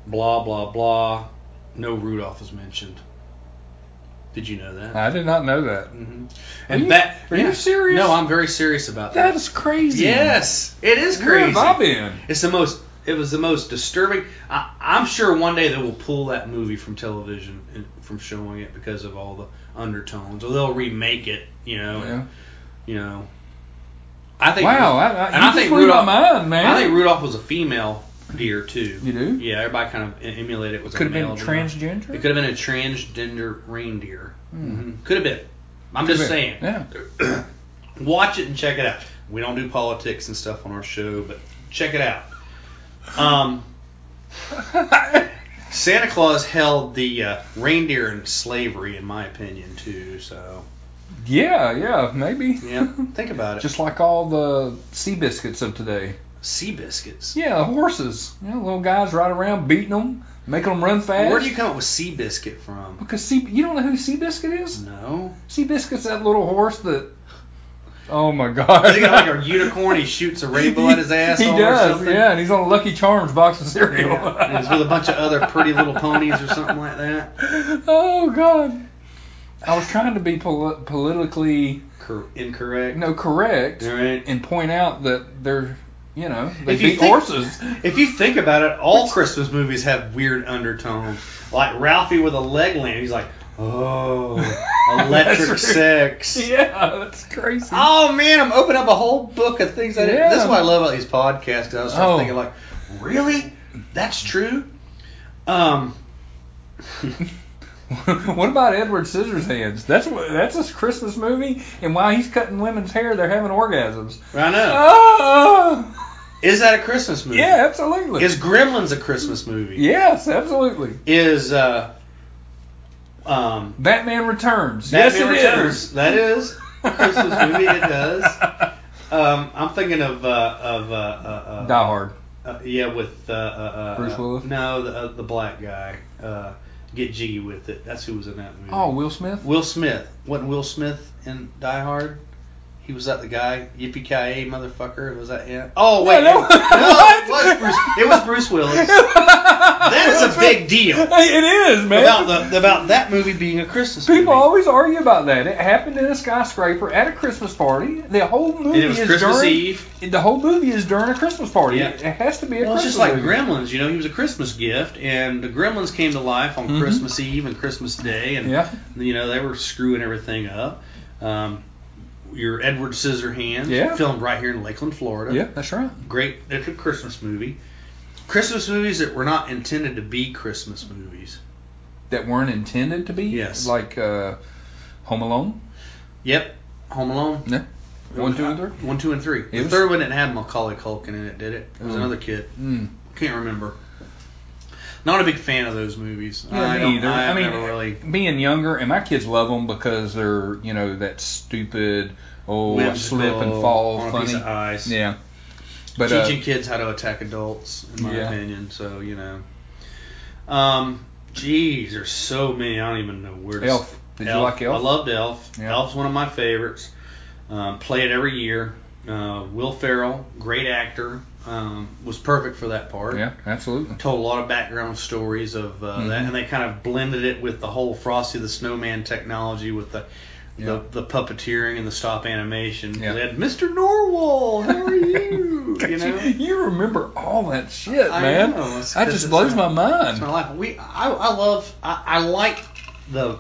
[SPEAKER 1] blah blah blah, no Rudolph is mentioned. Did you know that?
[SPEAKER 2] I did not know that.
[SPEAKER 1] hmm
[SPEAKER 2] Are
[SPEAKER 1] And
[SPEAKER 2] you-
[SPEAKER 1] that
[SPEAKER 2] are you
[SPEAKER 1] yeah.
[SPEAKER 2] serious?
[SPEAKER 1] No, I'm very serious about that.
[SPEAKER 2] That is crazy.
[SPEAKER 1] yes, it is
[SPEAKER 2] Where
[SPEAKER 1] crazy.
[SPEAKER 2] have I been?
[SPEAKER 1] It's the most. It was the most disturbing. I, I'm sure one day they will pull that movie from television and from showing it because of all the undertones, or they'll remake it. You know. and-
[SPEAKER 2] Yeah.
[SPEAKER 1] you know. I think
[SPEAKER 2] Wow, I, I,
[SPEAKER 1] and
[SPEAKER 2] you
[SPEAKER 1] I
[SPEAKER 2] just
[SPEAKER 1] think
[SPEAKER 2] blew
[SPEAKER 1] Rudolph-
[SPEAKER 2] my mind, man.
[SPEAKER 1] I think Rudolph was a female deer too.
[SPEAKER 2] You do?
[SPEAKER 1] Yeah, everybody kind of emulated it was
[SPEAKER 2] could have
[SPEAKER 1] a
[SPEAKER 2] been
[SPEAKER 1] male deer.
[SPEAKER 2] transgender.
[SPEAKER 1] It could have been a transgender reindeer.
[SPEAKER 2] Hmm.
[SPEAKER 1] Mhm. Could have been. I'm
[SPEAKER 2] Could
[SPEAKER 1] just
[SPEAKER 2] have
[SPEAKER 1] saying.
[SPEAKER 2] been. Yeah.
[SPEAKER 1] Watch it and check it out. We don't do politics and stuff on our show, but check it out. Um, (laughs) Santa Claus held the uh, reindeer in slavery, in my opinion, too. So
[SPEAKER 2] yeah, yeah, maybe. (laughs)
[SPEAKER 1] yeah, think about it.
[SPEAKER 2] Just like all the sea biscuits of today.
[SPEAKER 1] sea biscuits.
[SPEAKER 2] Yeah, the horses. You know, little guys riding around beating them, making them run fast.
[SPEAKER 1] Where do you come up with sea biscuit from?
[SPEAKER 2] Because sea, you don't know who Seabiscuit is? (laughs)
[SPEAKER 1] No.
[SPEAKER 2] Seabiscuit's that little horse that. Oh my God!
[SPEAKER 1] Is he got
[SPEAKER 2] (laughs)
[SPEAKER 1] like a unicorn? He shoots a rainbow at his
[SPEAKER 2] He
[SPEAKER 1] asshole or
[SPEAKER 2] does,
[SPEAKER 1] something.
[SPEAKER 2] yeah, and he's on a Lucky Charms box of cereal.
[SPEAKER 1] Yeah, and he's with a bunch of other pretty little ponies or something like that.
[SPEAKER 2] (laughs) Oh God! I was trying to be pol- politically
[SPEAKER 1] Cor- incorrect.
[SPEAKER 2] no correct
[SPEAKER 1] All right.
[SPEAKER 2] and point out that they're you know they
[SPEAKER 1] If you
[SPEAKER 2] beat
[SPEAKER 1] think-
[SPEAKER 2] horses.
[SPEAKER 1] If you think about it, all Christmas movies have weird undertones. Like Ralphie with a leg lamp. He's like, oh, (laughs)
[SPEAKER 2] (laughs)
[SPEAKER 1] electric
[SPEAKER 2] That's right.
[SPEAKER 1] sex.
[SPEAKER 2] Yeah, that's crazy.
[SPEAKER 1] Oh man, I'm opening up a whole book of things. I didn't.
[SPEAKER 2] Yeah.
[SPEAKER 1] This is what I love about these podcasts. 'cause I was start
[SPEAKER 2] Oh.
[SPEAKER 1] thinking like, really, that's true. Um, (laughs)
[SPEAKER 2] (laughs) what about Edward Scissorhands? That's what that's his Christmas movie, and while he's cutting women's hair, they're
[SPEAKER 1] (laughs)
[SPEAKER 2] having orgasms.
[SPEAKER 1] I know.
[SPEAKER 2] Oh,
[SPEAKER 1] Is that a Christmas movie?
[SPEAKER 2] yeah, absolutely.
[SPEAKER 1] Is Gremlins a Christmas movie?
[SPEAKER 2] yes, absolutely.
[SPEAKER 1] Is uh, um,
[SPEAKER 2] Batman Returns. yes,
[SPEAKER 1] Batman
[SPEAKER 2] it is.
[SPEAKER 1] Returns. That is a Christmas movie. It does. Um, I'm thinking of uh, of uh, uh, uh,
[SPEAKER 2] (laughs) Die Hard.
[SPEAKER 1] Uh, yeah, with uh, uh, uh,
[SPEAKER 2] Bruce
[SPEAKER 1] uh,
[SPEAKER 2] Willis?
[SPEAKER 1] No, the uh, the black guy. Uh, Get jiggy with it. That's who was in that movie.
[SPEAKER 2] Oh, Will Smith.
[SPEAKER 1] Will Smith. Wasn't Will Smith in Die Hard? He was that the guy, yippee ki motherfucker. Was that him? Oh wait,
[SPEAKER 2] Yeah,
[SPEAKER 1] no,
[SPEAKER 2] no. (laughs)
[SPEAKER 1] it was Bruce. It was Bruce Willis. That is
[SPEAKER 2] (laughs)
[SPEAKER 1] a big deal
[SPEAKER 2] Hey, it is, (laughs) man.
[SPEAKER 1] about the about that movie being a Christmas
[SPEAKER 2] People
[SPEAKER 1] movie.
[SPEAKER 2] always argue about that. It happened in a skyscraper at a Christmas party. The whole movie
[SPEAKER 1] And it was
[SPEAKER 2] is
[SPEAKER 1] Christmas
[SPEAKER 2] during
[SPEAKER 1] Eve.
[SPEAKER 2] the whole movie is during a Christmas party.
[SPEAKER 1] Yeah.
[SPEAKER 2] It has to be a
[SPEAKER 1] Well, it's
[SPEAKER 2] Christmas
[SPEAKER 1] just like
[SPEAKER 2] movie.
[SPEAKER 1] Gremlins. You know, he was a Christmas gift, and the Gremlins came to life on
[SPEAKER 2] Mhm.
[SPEAKER 1] Christmas Eve and Christmas Day, and
[SPEAKER 2] Yeah.
[SPEAKER 1] you know they were screwing everything up. Um, your Edward Scissorhands,
[SPEAKER 2] Yeah.
[SPEAKER 1] filmed right here in Lakeland, Florida.
[SPEAKER 2] Yeah, that's right.
[SPEAKER 1] great it's a christmas movie christmas movies that were not intended to be christmas movies
[SPEAKER 2] that weren't intended to be.
[SPEAKER 1] Yes.
[SPEAKER 2] Like uh, Home Alone.
[SPEAKER 1] Yep. Home Alone. Uh,
[SPEAKER 2] Yeah. One, two, and three.
[SPEAKER 1] One, two, and three. the
[SPEAKER 2] was-
[SPEAKER 1] third one didn't have Macaulay Culkin in it, did it? It was
[SPEAKER 2] Mm.
[SPEAKER 1] another kid.
[SPEAKER 2] Mm.
[SPEAKER 1] Can't remember. Not a big fan of those movies.
[SPEAKER 2] Yeah,
[SPEAKER 1] I
[SPEAKER 2] me
[SPEAKER 1] don't-
[SPEAKER 2] either.
[SPEAKER 1] I've
[SPEAKER 2] I mean,
[SPEAKER 1] never really
[SPEAKER 2] being younger, and my kids love them because they're you know that stupid oh I
[SPEAKER 1] whimsical
[SPEAKER 2] slip and fall
[SPEAKER 1] on a
[SPEAKER 2] funny.
[SPEAKER 1] piece of ice.
[SPEAKER 2] Yeah. But uh,
[SPEAKER 1] Teaching kids how to attack adults, in my
[SPEAKER 2] Yeah.
[SPEAKER 1] opinion. So you know, um, geez, there's so many. I don't even know where. to
[SPEAKER 2] Elf. Did you like Elf?
[SPEAKER 1] I loved Elf.
[SPEAKER 2] Yeah.
[SPEAKER 1] Elf's one of my favorites. Um, play it every year. Uh, Will Ferrell, great actor, um, was perfect for that part.
[SPEAKER 2] yeah, absolutely.
[SPEAKER 1] Told a lot of background stories of uh, that,
[SPEAKER 2] Mhm.
[SPEAKER 1] and they kind of blended it with the whole Frosty the Snowman technology with the.
[SPEAKER 2] Yeah.
[SPEAKER 1] The, the puppeteering and the stop animation.
[SPEAKER 2] Yeah.
[SPEAKER 1] They had Mr. Norwal, how are
[SPEAKER 2] (laughs)
[SPEAKER 1] you?
[SPEAKER 2] God,
[SPEAKER 1] you know,
[SPEAKER 2] you remember all that shit,
[SPEAKER 1] I
[SPEAKER 2] man.
[SPEAKER 1] know, it's-
[SPEAKER 2] that
[SPEAKER 1] it's-
[SPEAKER 2] just blows my
[SPEAKER 1] It's
[SPEAKER 2] mind.
[SPEAKER 1] my life. We, I, I love, I, I like the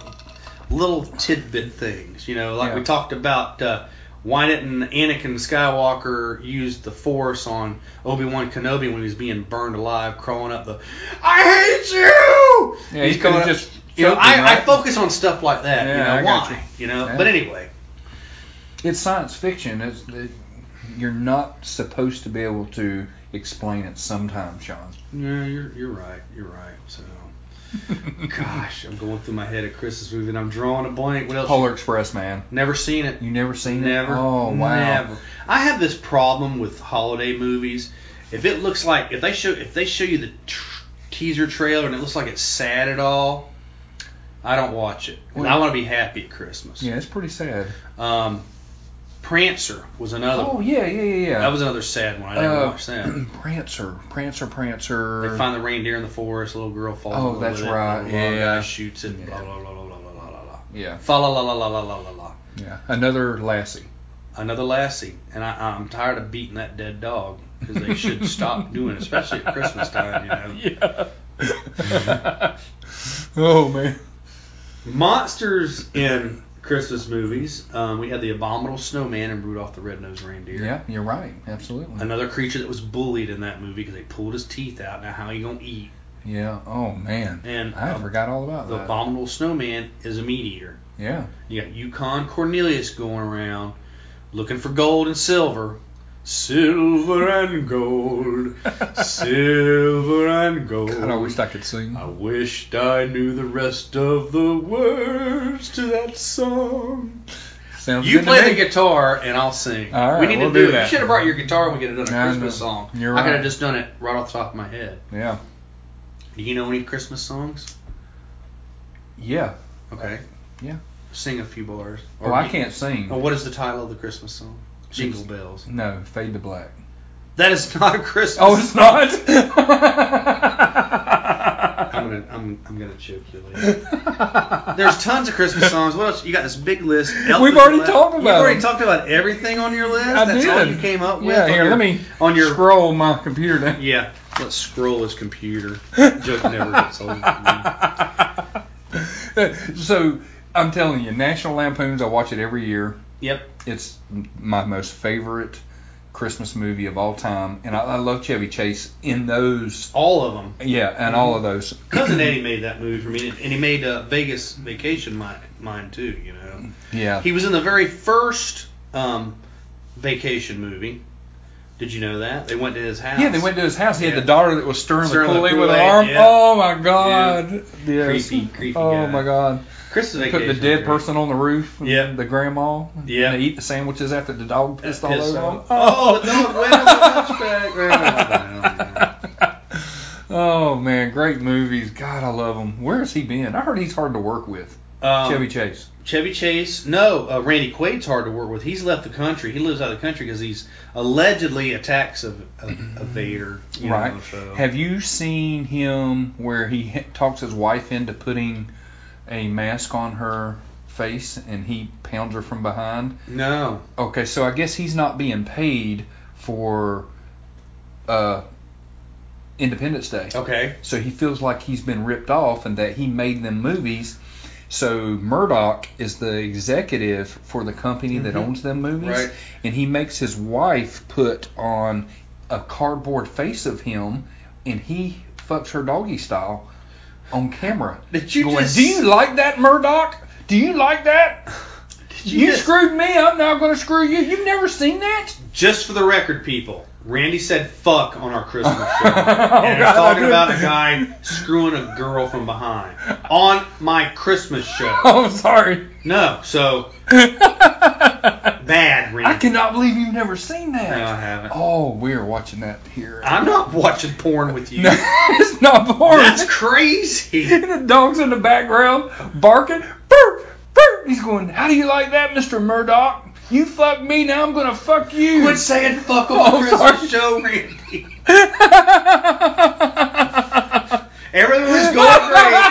[SPEAKER 1] little tidbit things. You know, like we
[SPEAKER 2] Yeah.
[SPEAKER 1] talked about. Uh, why didn't Anakin Skywalker use the Force on Obi Wan Kenobi when he was being burned alive, crawling up the? I hate you.
[SPEAKER 2] Yeah, he
[SPEAKER 1] He's going
[SPEAKER 2] could've
[SPEAKER 1] up-
[SPEAKER 2] just
[SPEAKER 1] You know,
[SPEAKER 2] choked him,
[SPEAKER 1] I, I
[SPEAKER 2] right?
[SPEAKER 1] focus on stuff like that.
[SPEAKER 2] Yeah,
[SPEAKER 1] you
[SPEAKER 2] I
[SPEAKER 1] know
[SPEAKER 2] got
[SPEAKER 1] why? You,
[SPEAKER 2] you.
[SPEAKER 1] know,
[SPEAKER 2] Yeah.
[SPEAKER 1] but anyway,
[SPEAKER 2] It's science fiction. It's it, you're not supposed to be able to explain it sometimes, Sean.
[SPEAKER 1] (laughs) yeah, you're you're right. You're right. So, gosh, I'm going through my head at Christmas movie and I'm drawing a blank. What else?
[SPEAKER 2] Polar Express, man.
[SPEAKER 1] Never seen it.
[SPEAKER 2] You never seen
[SPEAKER 1] Never.
[SPEAKER 2] it? Oh wow.
[SPEAKER 1] Never. I have this problem with holiday movies. If it looks like if they show if they show you the tr- teaser trailer and it looks like it's sad at all, I don't watch it. 'Cause I want to be happy at Christmas.
[SPEAKER 2] Yeah, it's pretty sad.
[SPEAKER 1] Um, Prancer was another.
[SPEAKER 2] Oh
[SPEAKER 1] one.
[SPEAKER 2] yeah, yeah, yeah, yeah.
[SPEAKER 1] That was another sad one. I never
[SPEAKER 2] Uh,
[SPEAKER 1] watched
[SPEAKER 2] (clears throat)
[SPEAKER 1] that.
[SPEAKER 2] Prancer, Prancer, Prancer.
[SPEAKER 1] They find the reindeer in the forest. A little girl falls.
[SPEAKER 2] Oh,
[SPEAKER 1] in love
[SPEAKER 2] that's
[SPEAKER 1] with it,
[SPEAKER 2] right,
[SPEAKER 1] blah, blah, blah,
[SPEAKER 2] yeah.
[SPEAKER 1] Guy shoots it. Blah
[SPEAKER 2] Yeah.
[SPEAKER 1] blah blah blah blah blah blah blah.
[SPEAKER 2] yeah,
[SPEAKER 1] Fa la la la la la la la la.
[SPEAKER 2] yeah. Another Lassie.
[SPEAKER 1] another lassie, and I, I'm tired of beating that dead dog because they
[SPEAKER 2] (laughs)
[SPEAKER 1] should stop doing, it, especially at Christmas time. You know, Mm-hmm.
[SPEAKER 2] Yeah. (laughs) oh man.
[SPEAKER 1] monsters in Christmas movies. Um, we had the abominable snowman and Rudolph the Red-Nosed Reindeer.
[SPEAKER 2] Yeah, you're right. Absolutely.
[SPEAKER 1] Another creature that was bullied in that movie because they pulled his teeth out. Now how you gonna eat?
[SPEAKER 2] Yeah. Oh man.
[SPEAKER 1] And
[SPEAKER 2] I
[SPEAKER 1] um,
[SPEAKER 2] forgot all about
[SPEAKER 1] the
[SPEAKER 2] that.
[SPEAKER 1] abominable snowman is a meat eater.
[SPEAKER 2] yeah.
[SPEAKER 1] You got Yukon Cornelius going around looking for gold and silver. Silver and gold, silver and gold.
[SPEAKER 2] God, I wished I could sing.
[SPEAKER 1] I wished I knew the rest of the words to that song.
[SPEAKER 2] Sounds
[SPEAKER 1] You
[SPEAKER 2] good
[SPEAKER 1] play
[SPEAKER 2] to
[SPEAKER 1] the
[SPEAKER 2] me.
[SPEAKER 1] guitar and I'll sing.
[SPEAKER 2] All right,
[SPEAKER 1] we need
[SPEAKER 2] we'll
[SPEAKER 1] to do,
[SPEAKER 2] do
[SPEAKER 1] it. You
[SPEAKER 2] that.
[SPEAKER 1] should have brought your guitar and we could have done a
[SPEAKER 2] I
[SPEAKER 1] Christmas
[SPEAKER 2] know.
[SPEAKER 1] song.
[SPEAKER 2] You're
[SPEAKER 1] I could
[SPEAKER 2] right.
[SPEAKER 1] have just done it right off the top of my head.
[SPEAKER 2] Yeah.
[SPEAKER 1] Do you know any Christmas songs?
[SPEAKER 2] Yeah.
[SPEAKER 1] Okay.
[SPEAKER 2] Yeah.
[SPEAKER 1] Sing a few bars.
[SPEAKER 2] Oh, I can't sing.
[SPEAKER 1] Or what is the title of the Christmas song? Jingle Bells.
[SPEAKER 2] No, fade to black.
[SPEAKER 1] That is not a Christmas.
[SPEAKER 2] Oh, it's (laughs) not.
[SPEAKER 1] I'm gonna I'm, I'm gonna choke you
[SPEAKER 2] (laughs)
[SPEAKER 1] later. There's tons of Christmas songs. What else? You got this big
[SPEAKER 2] (laughs)
[SPEAKER 1] list. Elf
[SPEAKER 2] We've
[SPEAKER 1] is
[SPEAKER 2] already
[SPEAKER 1] left.
[SPEAKER 2] talked
[SPEAKER 1] You've
[SPEAKER 2] about
[SPEAKER 1] already
[SPEAKER 2] them.
[SPEAKER 1] talked about everything on your list.
[SPEAKER 2] I
[SPEAKER 1] That's
[SPEAKER 2] did.
[SPEAKER 1] all you came up with.
[SPEAKER 2] Yeah,
[SPEAKER 1] on
[SPEAKER 2] here,
[SPEAKER 1] your-
[SPEAKER 2] let me
[SPEAKER 1] on your
[SPEAKER 2] scroll my computer down.
[SPEAKER 1] Yeah, let's scroll his
[SPEAKER 2] (laughs)
[SPEAKER 1] computer. Joke never gets old. to
[SPEAKER 2] Mm-hmm. (laughs) so I'm telling you, National Lampoons. I watch it every year.
[SPEAKER 1] me. Yep.
[SPEAKER 2] It's m- my most favorite Christmas movie of all time, and I, I love Chevy Chase in those.
[SPEAKER 1] All of them.
[SPEAKER 2] Yeah, and all of those.
[SPEAKER 1] Cousin Eddie made that movie for me, and he made uh, Vegas Vacation mine, mine too. You know,
[SPEAKER 2] Yeah.
[SPEAKER 1] he was in the very first um, Vacation movie. Did you know that they went to his house?
[SPEAKER 2] Yeah, they went to his house. He had
[SPEAKER 1] Yeah.
[SPEAKER 2] the daughter that was stirring,
[SPEAKER 1] Stirring the
[SPEAKER 2] the Kool-Aid with her
[SPEAKER 1] Kool-Aid,
[SPEAKER 2] arm.
[SPEAKER 1] yeah.
[SPEAKER 2] Oh my God! Yes.
[SPEAKER 1] Creepy, creepy
[SPEAKER 2] Oh
[SPEAKER 1] guy.
[SPEAKER 2] my God!
[SPEAKER 1] Christmas
[SPEAKER 2] They put
[SPEAKER 1] Vacation.
[SPEAKER 2] the dead
[SPEAKER 1] was great.
[SPEAKER 2] person on the roof. and
[SPEAKER 1] Yeah.
[SPEAKER 2] The grandma.
[SPEAKER 1] Yeah.
[SPEAKER 2] And they eat the sandwiches after the dog pissed all
[SPEAKER 1] Pissed
[SPEAKER 2] over
[SPEAKER 1] off.
[SPEAKER 2] them.
[SPEAKER 1] Oh, the dog went on
[SPEAKER 2] (laughs)
[SPEAKER 1] the hunchback.
[SPEAKER 2] Oh man, great movies. God, I love them. Where has he been? I heard he's hard to work with.
[SPEAKER 1] Um,
[SPEAKER 2] Chevy Chase.
[SPEAKER 1] Chevy Chase. No, uh, Randy Quaid's hard to work with. He's left the country. He lives out of the country because he's allegedly a tax ev- ev- evader. you know,
[SPEAKER 2] Mm-hmm. right.
[SPEAKER 1] so-
[SPEAKER 2] Have you seen him where he ha- talks his wife into putting a mask on her face and he pounds her from behind?
[SPEAKER 1] no.
[SPEAKER 2] Okay, so I guess he's not being paid for uh, Independence Day.
[SPEAKER 1] Okay.
[SPEAKER 2] So he feels like he's been ripped off and that he made them movies. So Murdoch is the executive for the company that
[SPEAKER 1] Mhm.
[SPEAKER 2] owns them movies,
[SPEAKER 1] Right.
[SPEAKER 2] and he makes his wife put on a cardboard face of him, and he fucks her doggy style on camera.
[SPEAKER 1] Did you
[SPEAKER 2] going,
[SPEAKER 1] just-
[SPEAKER 2] Do you like that, Murdoch? Do you like that? You,
[SPEAKER 1] just-
[SPEAKER 2] screwed me. I'm now going to screw you. You've never seen that?
[SPEAKER 1] Just for the record, people, Randy said fuck on our
[SPEAKER 2] (laughs)
[SPEAKER 1] Christmas show.
[SPEAKER 2] Oh,
[SPEAKER 1] and
[SPEAKER 2] God,
[SPEAKER 1] it's talking
[SPEAKER 2] I
[SPEAKER 1] about a
[SPEAKER 2] (laughs) did.
[SPEAKER 1] guy screwing a girl from behind on my Christmas show.
[SPEAKER 2] Oh, I'm sorry.
[SPEAKER 1] No,
[SPEAKER 2] (laughs)
[SPEAKER 1] so
[SPEAKER 2] I
[SPEAKER 1] bad, Randy.
[SPEAKER 2] cannot believe you've never seen that.
[SPEAKER 1] No, I haven't.
[SPEAKER 2] Oh, we're watching that here.
[SPEAKER 1] I'm not watching porn with you.
[SPEAKER 2] No, (laughs) it's not porn. (laughs)
[SPEAKER 1] That's crazy.
[SPEAKER 2] And the dog's in the background barking. Burr, burr. He's going, How do you like that, Mr. Murdoch? You fuck me, now I'm going to fuck you.
[SPEAKER 1] Quit
[SPEAKER 2] (laughs)
[SPEAKER 1] saying fuck on
[SPEAKER 2] Oh,
[SPEAKER 1] the Christmas
[SPEAKER 2] sorry.
[SPEAKER 1] show, Randy. Everything was going
[SPEAKER 2] (laughs)
[SPEAKER 1] great.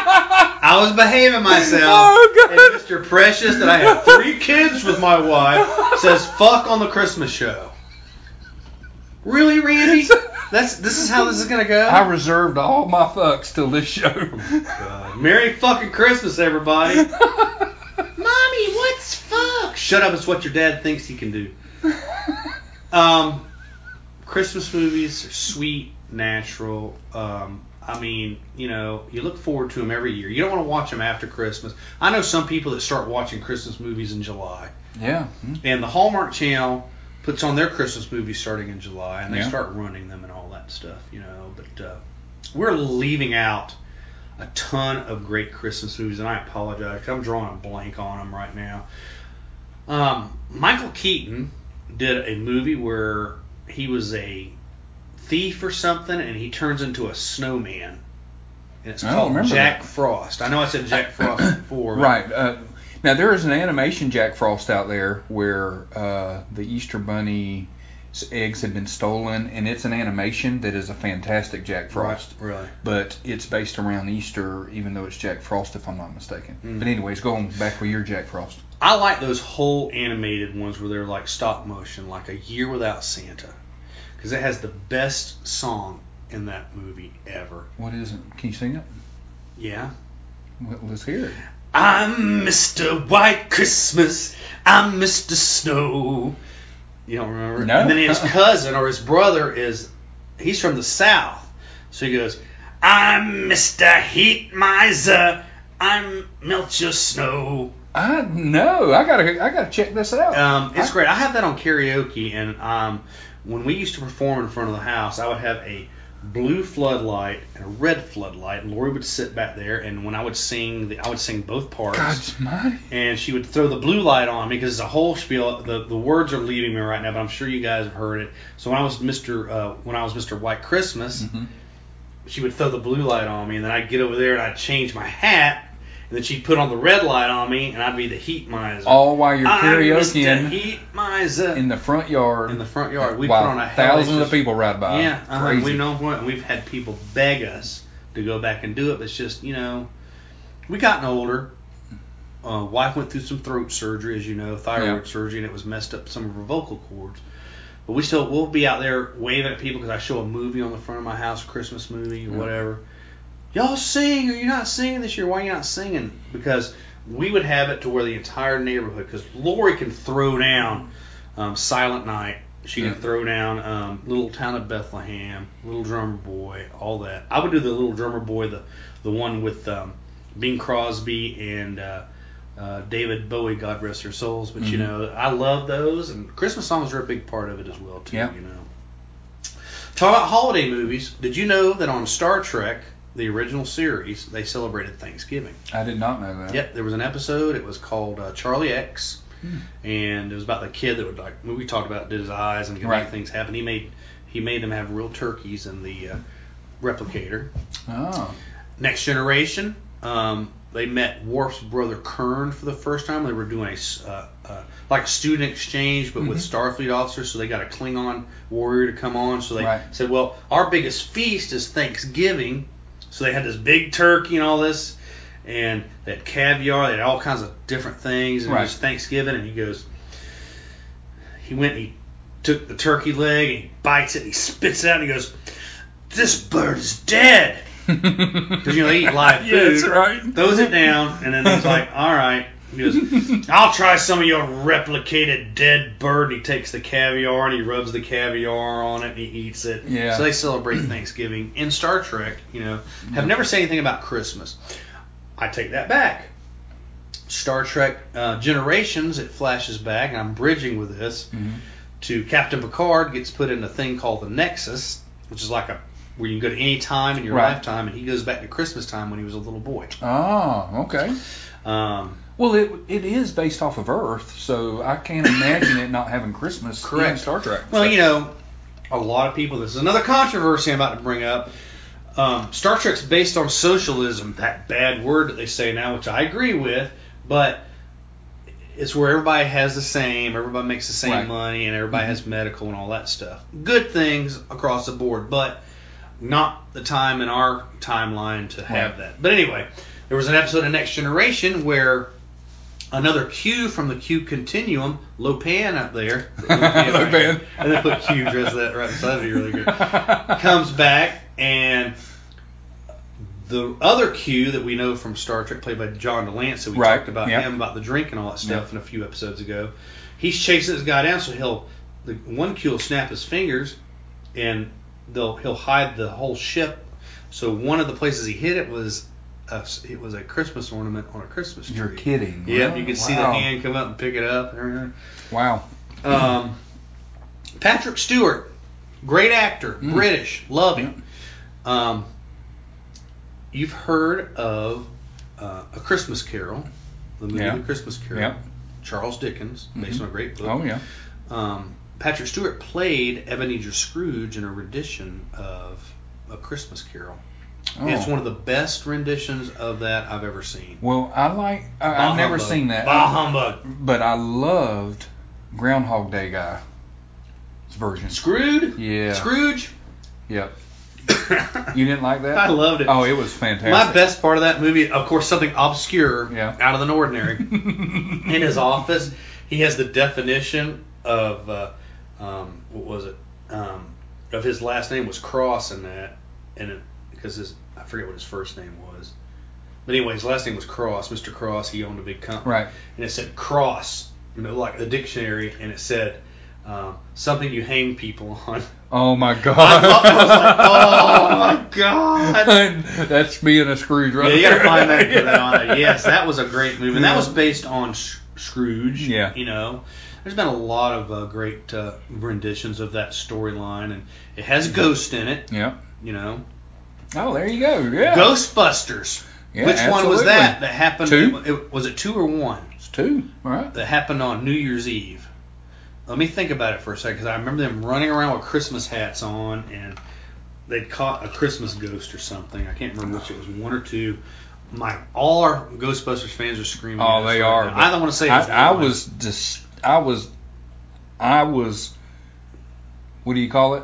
[SPEAKER 1] I was behaving myself.
[SPEAKER 2] Oh, God.
[SPEAKER 1] And Mr. Precious, that I have three kids with my wife, says fuck on the Christmas show. Really, Randy? That's this is how this is gonna go.
[SPEAKER 2] I reserved all my fucks till this show.
[SPEAKER 1] God. Merry fucking Christmas,
[SPEAKER 2] (laughs)
[SPEAKER 1] everybody. Mommy, what's fuck? Shut up, it's what your dad thinks he can do. Um, Christmas movies are sweet, natural. Um, I mean, you know, you look forward to them every year. You don't want to watch them after Christmas. I know some people that start watching Christmas movies in July,
[SPEAKER 2] yeah. Hmm.
[SPEAKER 1] and the Hallmark Channel puts on their Christmas movies starting in July, and they
[SPEAKER 2] Yeah.
[SPEAKER 1] start running them and all that stuff, you know. But uh, we're leaving out a ton of great Christmas movies, and I apologize. 'cause I'm drawing a blank on them right now. Um, Michael Keaton did a movie where he was a thief or something, and he turns into a snowman. And it's
[SPEAKER 2] I don't
[SPEAKER 1] called
[SPEAKER 2] remember
[SPEAKER 1] Jack
[SPEAKER 2] that.
[SPEAKER 1] Frost. I know I said Jack
[SPEAKER 2] (coughs)
[SPEAKER 1] Frost before. but
[SPEAKER 2] Right. Uh, now, there is an animation Jack Frost out there where uh, the Easter Bunny's eggs have been stolen, and it's an animation that is a fantastic Jack Frost.
[SPEAKER 1] Really.
[SPEAKER 2] but it's based around Easter, even though it's Jack Frost, if I'm not mistaken.
[SPEAKER 1] Mm.
[SPEAKER 2] But anyways, going back with your Jack Frost.
[SPEAKER 1] I like those whole animated ones where they're like stop motion, like A Year Without Santa, because it has the best song in that movie ever.
[SPEAKER 2] What is it? Can you sing it?
[SPEAKER 1] Yeah.
[SPEAKER 2] Well, Let's hear it.
[SPEAKER 1] I'm Mr. White Christmas. I'm Mr. Snow. You don't remember?
[SPEAKER 2] No.
[SPEAKER 1] And then his cousin or his brother is, he's from the South. So he goes, I'm Mr. Heat Miser. I'm Melt Your Snow.
[SPEAKER 2] I no, I gotta I gotta check this out.
[SPEAKER 1] Um, it's
[SPEAKER 2] I-
[SPEAKER 1] great. I have that on karaoke, and um, when we used to perform in front of the house, I would have a blue floodlight and a red floodlight, and Lori would sit back there, and when I would sing, the, I would sing both parts,
[SPEAKER 2] God's mighty.
[SPEAKER 1] and she would throw the blue light on me because it's a whole spiel. The, the words are leaving me right now, but I'm sure you guys have heard it. So when I was Mr. Uh, when I was Mr. White Christmas,
[SPEAKER 2] Mhm.
[SPEAKER 1] she would throw the blue light on me, and then I'd get over there and I'd change my hat, and then she'd put on the red light on me, and I'd be the heat miser.
[SPEAKER 2] All while you're
[SPEAKER 1] I'm Mr.
[SPEAKER 2] karaokeing
[SPEAKER 1] Heat Miser
[SPEAKER 2] in the front yard.
[SPEAKER 1] in the front yard. We
[SPEAKER 2] while
[SPEAKER 1] put on a hell
[SPEAKER 2] thousands
[SPEAKER 1] just-
[SPEAKER 2] of people ride by.
[SPEAKER 1] Yeah, uh
[SPEAKER 2] Crazy.
[SPEAKER 1] we know what, and we've had people beg us to go back and do it. But it's just you know, we gotten older. Uh, wife went through some throat surgery, as you know, thyroid surgery, and it was messed up some of her vocal cords. But we still we'll be out there waving at people because I show a movie on the front of my house, a Christmas movie or
[SPEAKER 2] Yeah.
[SPEAKER 1] whatever. Y'all sing? Are you not singing this year? Why are you not singing? Because we would have it to where the entire neighborhood, because Lori can throw down um, Silent Night. She can
[SPEAKER 2] Yeah.
[SPEAKER 1] throw down um, Little Town of Bethlehem, Little Drummer Boy, all that. I would do the Little Drummer Boy, the the one with um, Bing Crosby and uh, uh, David Bowie, God rest their souls. But you
[SPEAKER 2] Mhm.
[SPEAKER 1] know, I love those, and Christmas songs are a big part of it as well too.
[SPEAKER 2] Yeah.
[SPEAKER 1] You know, talk about holiday movies. Did you know that on Star Trek, the original series, they celebrated Thanksgiving?
[SPEAKER 2] I did not know that.
[SPEAKER 1] Yep, there was an episode. It was called uh, Charlie X,
[SPEAKER 2] Hmm.
[SPEAKER 1] and it was about the kid that would like when we talked about did his eyes and could
[SPEAKER 2] Right.
[SPEAKER 1] make things happen. He made he made them have real turkeys in the uh, replicator. (laughs)
[SPEAKER 2] Oh.
[SPEAKER 1] Next Generation, um, they met Worf's brother Kern for the first time. They were doing a s- uh, uh, like a student exchange, but with
[SPEAKER 2] Mm-hmm.
[SPEAKER 1] Starfleet officers. So they got a Klingon warrior to come on. So they
[SPEAKER 2] Right.
[SPEAKER 1] said, "Well, our biggest feast is Thanksgiving." So they had this big turkey and all this, and they had caviar. They had all kinds of different things. And it
[SPEAKER 2] Right.
[SPEAKER 1] was Thanksgiving, and he goes, he went and he took the turkey leg and he bites it and he spits it out and he goes, "This bird is dead."
[SPEAKER 2] Because
[SPEAKER 1] you know, they eat live
[SPEAKER 2] (laughs) yeah, that's
[SPEAKER 1] food.
[SPEAKER 2] right. (laughs)
[SPEAKER 1] throws it down, and then he's like, "All right, He goes, I'll try some of your replicated dead bird. And he takes the caviar and he rubs the caviar on it and he eats it.
[SPEAKER 2] Yeah.
[SPEAKER 1] So they celebrate Thanksgiving. In Star Trek, you know, have never said anything about Christmas. I take that back. Star Trek uh, Generations, it flashes back, and I'm bridging with this
[SPEAKER 2] Mhm.
[SPEAKER 1] to Captain Picard gets put in a thing called the Nexus, which is like a where you can go to any time in your
[SPEAKER 2] Right.
[SPEAKER 1] lifetime, and he goes back to Christmas time when he was a little boy.
[SPEAKER 2] Ah, okay.
[SPEAKER 1] Um,
[SPEAKER 2] Well, it it is based off of Earth, so
[SPEAKER 1] (coughs)
[SPEAKER 2] I can't imagine it not having Christmas in
[SPEAKER 1] Correct.
[SPEAKER 2] Star Trek.
[SPEAKER 1] well,
[SPEAKER 2] (laughs)
[SPEAKER 1] you know, a lot of people. This is another controversy I'm about to bring up. Um, Star Trek's based on socialism, that bad word that they say now, which I agree with, but it's where everybody has the same, everybody makes the same
[SPEAKER 2] Right.
[SPEAKER 1] money, and everybody
[SPEAKER 2] Mhm.
[SPEAKER 1] has medical and all that stuff. Good things across the board, but not the time in our timeline to have
[SPEAKER 2] Right.
[SPEAKER 1] that. But anyway, there was an episode of Next Generation where another Q from the Q continuum, Lopan up
[SPEAKER 2] (laughs)
[SPEAKER 1] there,
[SPEAKER 2] Lopan.
[SPEAKER 1] (laughs) and they put Q dress that right beside me really
[SPEAKER 2] (laughs)
[SPEAKER 1] good comes back and the other Q that we know from Star Trek, played by John DeLance, that we
[SPEAKER 2] Right,
[SPEAKER 1] talked about
[SPEAKER 2] yeah.
[SPEAKER 1] him about the drink and all that stuff
[SPEAKER 2] Yeah.
[SPEAKER 1] in a few episodes ago. He's chasing this guy down, so he'll the one Q will snap his fingers and they'll he'll hide the whole ship. So one of the places he hid it was a, it was a Christmas ornament on a Christmas tree.
[SPEAKER 2] You're kidding.
[SPEAKER 1] Yeah,
[SPEAKER 2] Wow.
[SPEAKER 1] you can see the
[SPEAKER 2] Wow.
[SPEAKER 1] hand come up and pick it up. and everything.
[SPEAKER 2] Wow.
[SPEAKER 1] Um, Patrick Stewart, great actor,
[SPEAKER 2] Mm.
[SPEAKER 1] British, love him. Um, you've heard of uh, A Christmas Carol, the movie
[SPEAKER 2] Yeah.
[SPEAKER 1] The Christmas Carol,
[SPEAKER 2] Yeah.
[SPEAKER 1] Charles Dickens, based
[SPEAKER 2] Mhm.
[SPEAKER 1] on a great book.
[SPEAKER 2] Oh yeah.
[SPEAKER 1] Um, Patrick Stewart played Ebenezer Scrooge in a rendition of A Christmas Carol.
[SPEAKER 2] Oh.
[SPEAKER 1] It's one of the best renditions of that I've ever seen.
[SPEAKER 2] Well, I like. I,
[SPEAKER 1] Bah
[SPEAKER 2] I've never
[SPEAKER 1] humbug.
[SPEAKER 2] seen that.
[SPEAKER 1] Bah humbug.
[SPEAKER 2] But I loved Groundhog Day guy's version.
[SPEAKER 1] Screwed?
[SPEAKER 2] Yeah.
[SPEAKER 1] Scrooge? (laughs)
[SPEAKER 2] Yep. You didn't like that?
[SPEAKER 1] I loved it.
[SPEAKER 2] Oh, it was fantastic.
[SPEAKER 1] My best part of that movie, of course, something obscure,
[SPEAKER 2] Yeah.
[SPEAKER 1] out of the
[SPEAKER 2] (laughs)
[SPEAKER 1] ordinary.
[SPEAKER 2] in
[SPEAKER 1] In his office, he has the definition of uh, um, what was it? Um, of his last name was Cross in that, and it, because his I forget what his first name was, but anyway, his last name was Cross. Mr. Cross, he owned a big company,
[SPEAKER 2] Right.
[SPEAKER 1] and it said Cross, you know, like the dictionary, and it said um, something you hang people on.
[SPEAKER 2] Oh my god.
[SPEAKER 1] I,
[SPEAKER 2] (laughs)
[SPEAKER 1] thought- I was like, oh my god.
[SPEAKER 2] That's being a Scrooge right
[SPEAKER 1] Yeah, you gotta
[SPEAKER 2] there.
[SPEAKER 1] find that put that on
[SPEAKER 2] (laughs)
[SPEAKER 1] it. Yes, that was a great movie. And that was based on S- Scrooge.
[SPEAKER 2] Yeah.
[SPEAKER 1] You know, there's been a lot of uh, great uh, renditions of that storyline, and it has Ghost in it.
[SPEAKER 2] Mm-hmm. Yeah.
[SPEAKER 1] You know,
[SPEAKER 2] Oh, there you go. Yeah.
[SPEAKER 1] Ghostbusters.
[SPEAKER 2] Yeah,
[SPEAKER 1] Which one was
[SPEAKER 2] absolutely.
[SPEAKER 1] that? That happened.
[SPEAKER 2] Two?
[SPEAKER 1] It, it- was it two or one?
[SPEAKER 2] It's two. All right.
[SPEAKER 1] That happened on New Year's Eve. Let me think about it for a second, 'cause I remember them running around with Christmas hats on, and they'd caught a Christmas ghost or something. I can't remember which it was, one or two. My all our Ghostbusters fans are screaming. at
[SPEAKER 2] Oh,
[SPEAKER 1] us
[SPEAKER 2] they
[SPEAKER 1] right
[SPEAKER 2] are.
[SPEAKER 1] now. I don't want to say. it was
[SPEAKER 2] I, I
[SPEAKER 1] one.
[SPEAKER 2] was just. I was. I was. What do you call it?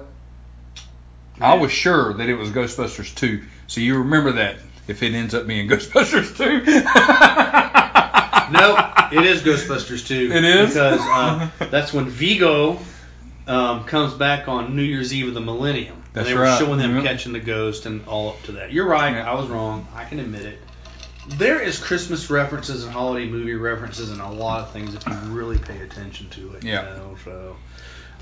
[SPEAKER 1] (laughs)
[SPEAKER 2] I was sure that it was Ghostbusters 2. So you remember that if it ends up being (laughs) Ghostbusters 2.
[SPEAKER 1] No, it is Ghostbusters too.
[SPEAKER 2] It is?
[SPEAKER 1] because
[SPEAKER 2] (laughs)
[SPEAKER 1] uh, that's when Vigo um, comes back on New Year's Eve of the Millennium.
[SPEAKER 2] That's
[SPEAKER 1] and they were
[SPEAKER 2] right.
[SPEAKER 1] showing them
[SPEAKER 2] Mhm.
[SPEAKER 1] catching the ghost and all up to that. You're right.
[SPEAKER 2] Yeah.
[SPEAKER 1] I was wrong. I can admit it. There is Christmas references and holiday movie references and a lot of things if you really pay attention to it.
[SPEAKER 2] Yeah.
[SPEAKER 1] You know, so,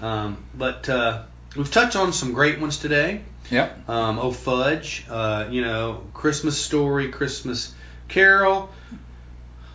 [SPEAKER 1] um, but uh, we've touched on some great ones today.
[SPEAKER 2] Yep.
[SPEAKER 1] Um, oh Fudge, uh, you know, Christmas Story, Christmas Carol,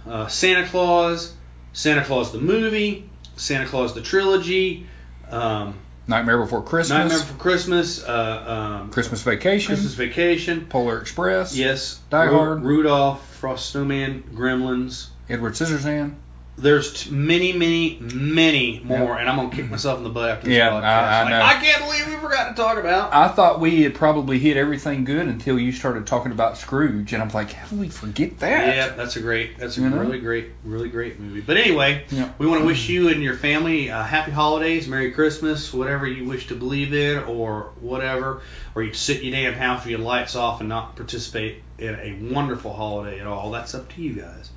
[SPEAKER 1] uh, Santa Claus, Santa Claus the movie, Santa Claus the trilogy, um,
[SPEAKER 2] Nightmare Before Christmas.
[SPEAKER 1] Nightmare for Christmas, uh, um,
[SPEAKER 2] Christmas Vacation.
[SPEAKER 1] Christmas Vacation,
[SPEAKER 2] Polar Express.
[SPEAKER 1] yes,
[SPEAKER 2] Die Hard.
[SPEAKER 1] Rudolph, Frost Snowman, Gremlins.
[SPEAKER 2] Edward Scissorhands.
[SPEAKER 1] There's t- many, many, many more, and I'm gonna kick myself in the butt after this
[SPEAKER 2] Yeah,
[SPEAKER 1] podcast.
[SPEAKER 2] I- I
[SPEAKER 1] Like,
[SPEAKER 2] know.
[SPEAKER 1] I can't believe we forgot to talk about.
[SPEAKER 2] I thought we had probably hit everything good until you started talking about Scrooge, and I'm like, how do we forget that?
[SPEAKER 1] Yeah, that's a great, that's a
[SPEAKER 2] You know?
[SPEAKER 1] really great, really great movie. But anyway,
[SPEAKER 2] Yeah.
[SPEAKER 1] we want to wish you and your family uh, happy holidays, Merry Christmas, whatever you wish to believe in, or whatever, or you can sit in your damn house with your lights off and not participate in a wonderful holiday at all. That's up to you guys.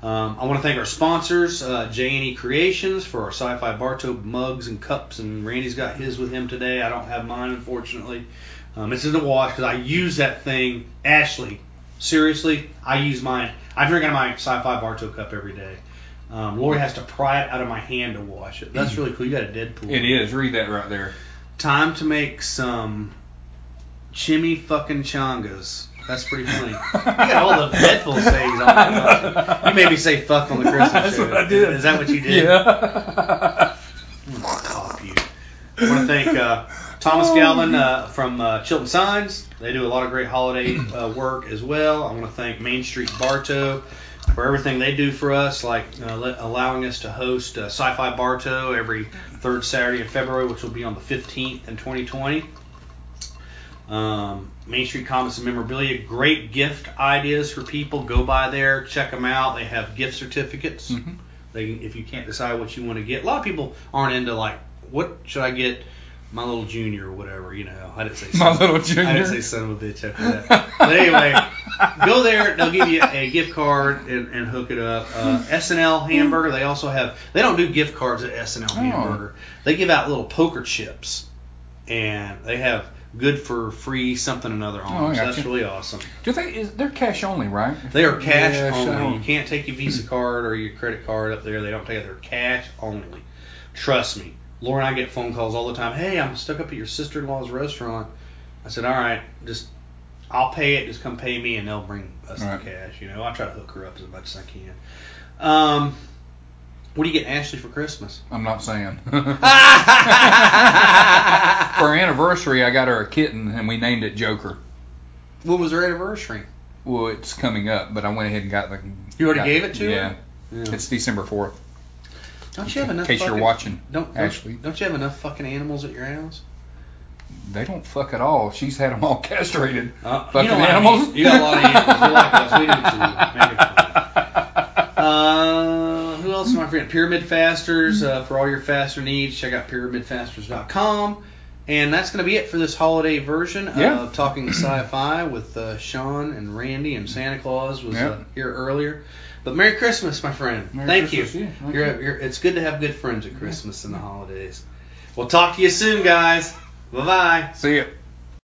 [SPEAKER 1] Um, I want to thank our sponsors, uh, J&E Creations, for our sci-fi Bartow mugs and cups, and Randy's got his with him today. I don't have mine, unfortunately. Um, it's in the wash because I use that thing. Ashley Seriously, I use mine. I drink out of my sci-fi Bartow cup every day. Um, Lori has to pry it out of my hand to wash it. That's really cool. You got a Deadpool.
[SPEAKER 2] Mm-hmm. It is. Read that right there.
[SPEAKER 1] Time to make some chimmy fucking chongos. That's pretty
[SPEAKER 2] (laughs)
[SPEAKER 1] funny. you got all the Deadpool sayings on that. You made me say fuck on the Christmas
[SPEAKER 2] That's
[SPEAKER 1] show.
[SPEAKER 2] what I did.
[SPEAKER 1] Is that what you did? (laughs)
[SPEAKER 2] Yeah.
[SPEAKER 1] Fuck you. I want to thank uh, Thomas Galvin uh, from uh, Chilton Signs. They do a lot of great holiday uh, work as well. I want to thank Main Street Bartow for everything they do for us, like uh, let, allowing us to host uh, Sci Fi Bartow every third Saturday in February, which will be on the 15th in 2020. Um, Main Street Comics and Memorabilia, great gift ideas for people. Go by there, check them out. They have gift certificates.
[SPEAKER 2] Mhm.
[SPEAKER 1] They, if you can't decide what you want to get, a lot of people aren't into like, what should I get? My little junior or whatever, you know. I didn't say
[SPEAKER 2] (laughs) My
[SPEAKER 1] son-
[SPEAKER 2] Little
[SPEAKER 1] I
[SPEAKER 2] Junior.
[SPEAKER 1] didn't say son of a bitch after that. But anyway, go there. They'll give you a gift card and, and hook it up. Uh,
[SPEAKER 2] Hmm.
[SPEAKER 1] SNL Hamburger. They also have. They don't do gift cards at
[SPEAKER 2] Oh.
[SPEAKER 1] SNL Hamburger. They give out little poker chips, and they have good for free something or another on
[SPEAKER 2] Oh,
[SPEAKER 1] them.
[SPEAKER 2] I
[SPEAKER 1] So that's
[SPEAKER 2] gotcha.
[SPEAKER 1] really awesome.
[SPEAKER 2] Do they? Is, they're cash only, right?
[SPEAKER 1] They are cash
[SPEAKER 2] Yes,
[SPEAKER 1] only.
[SPEAKER 2] I
[SPEAKER 1] You
[SPEAKER 2] don't-
[SPEAKER 1] can't take your Visa card or your credit card up there. They don't take it. They're cash only. Trust me. Laura and I get phone calls all the time. Hey, I'm stuck up at your sister in law's restaurant. I said, all right, just I'll pay it. Just come pay me, and they'll bring us
[SPEAKER 2] Right.
[SPEAKER 1] the cash. You know, I try to hook her up as much as I can. Um, what do you get Ashley for
[SPEAKER 2] (laughs)
[SPEAKER 1] Christmas? (laughs)
[SPEAKER 2] I'm not saying. For her anniversary, I got her a kitten and we named it Joker.
[SPEAKER 1] What was her anniversary?
[SPEAKER 2] Well, it's coming up, but I went ahead and got the.
[SPEAKER 1] You already
[SPEAKER 2] got-
[SPEAKER 1] gave it to
[SPEAKER 2] yeah,
[SPEAKER 1] her. Yeah.
[SPEAKER 2] It's December 4th.
[SPEAKER 1] Don't you have
[SPEAKER 2] In
[SPEAKER 1] enough?
[SPEAKER 2] case you're
[SPEAKER 1] fucking-
[SPEAKER 2] watching,
[SPEAKER 1] Don't, don't
[SPEAKER 2] Ashley.
[SPEAKER 1] Don't you have enough fucking animals at your house?
[SPEAKER 2] they don't fuck at all. She's had them all (laughs) castrated.
[SPEAKER 1] Uh, you
[SPEAKER 2] Fucking
[SPEAKER 1] know what I
[SPEAKER 2] animals.
[SPEAKER 1] mean. You got a lot
[SPEAKER 2] (laughs)
[SPEAKER 1] of animals. You're like us. We do too. Make it fun.
[SPEAKER 2] (laughs)
[SPEAKER 1] Uh, who else am I forgetting? Pyramid Fasters. Uh, for all your faster needs, check out pyramidfasters.com. And that's going to be it for this holiday version
[SPEAKER 2] Yeah.
[SPEAKER 1] of Talking Sci-Fi with uh, Sean and Randy and Santa Claus was
[SPEAKER 2] Yeah.
[SPEAKER 1] uh, here earlier. But Merry Christmas, my friend.
[SPEAKER 2] Merry
[SPEAKER 1] Thank
[SPEAKER 2] Christmas,
[SPEAKER 1] you.
[SPEAKER 2] yeah. Thank
[SPEAKER 1] You're-
[SPEAKER 2] you.
[SPEAKER 1] you're- it's good to have good friends at Christmas and the holidays. We'll talk to you soon, guys. Bye bye.
[SPEAKER 2] See it.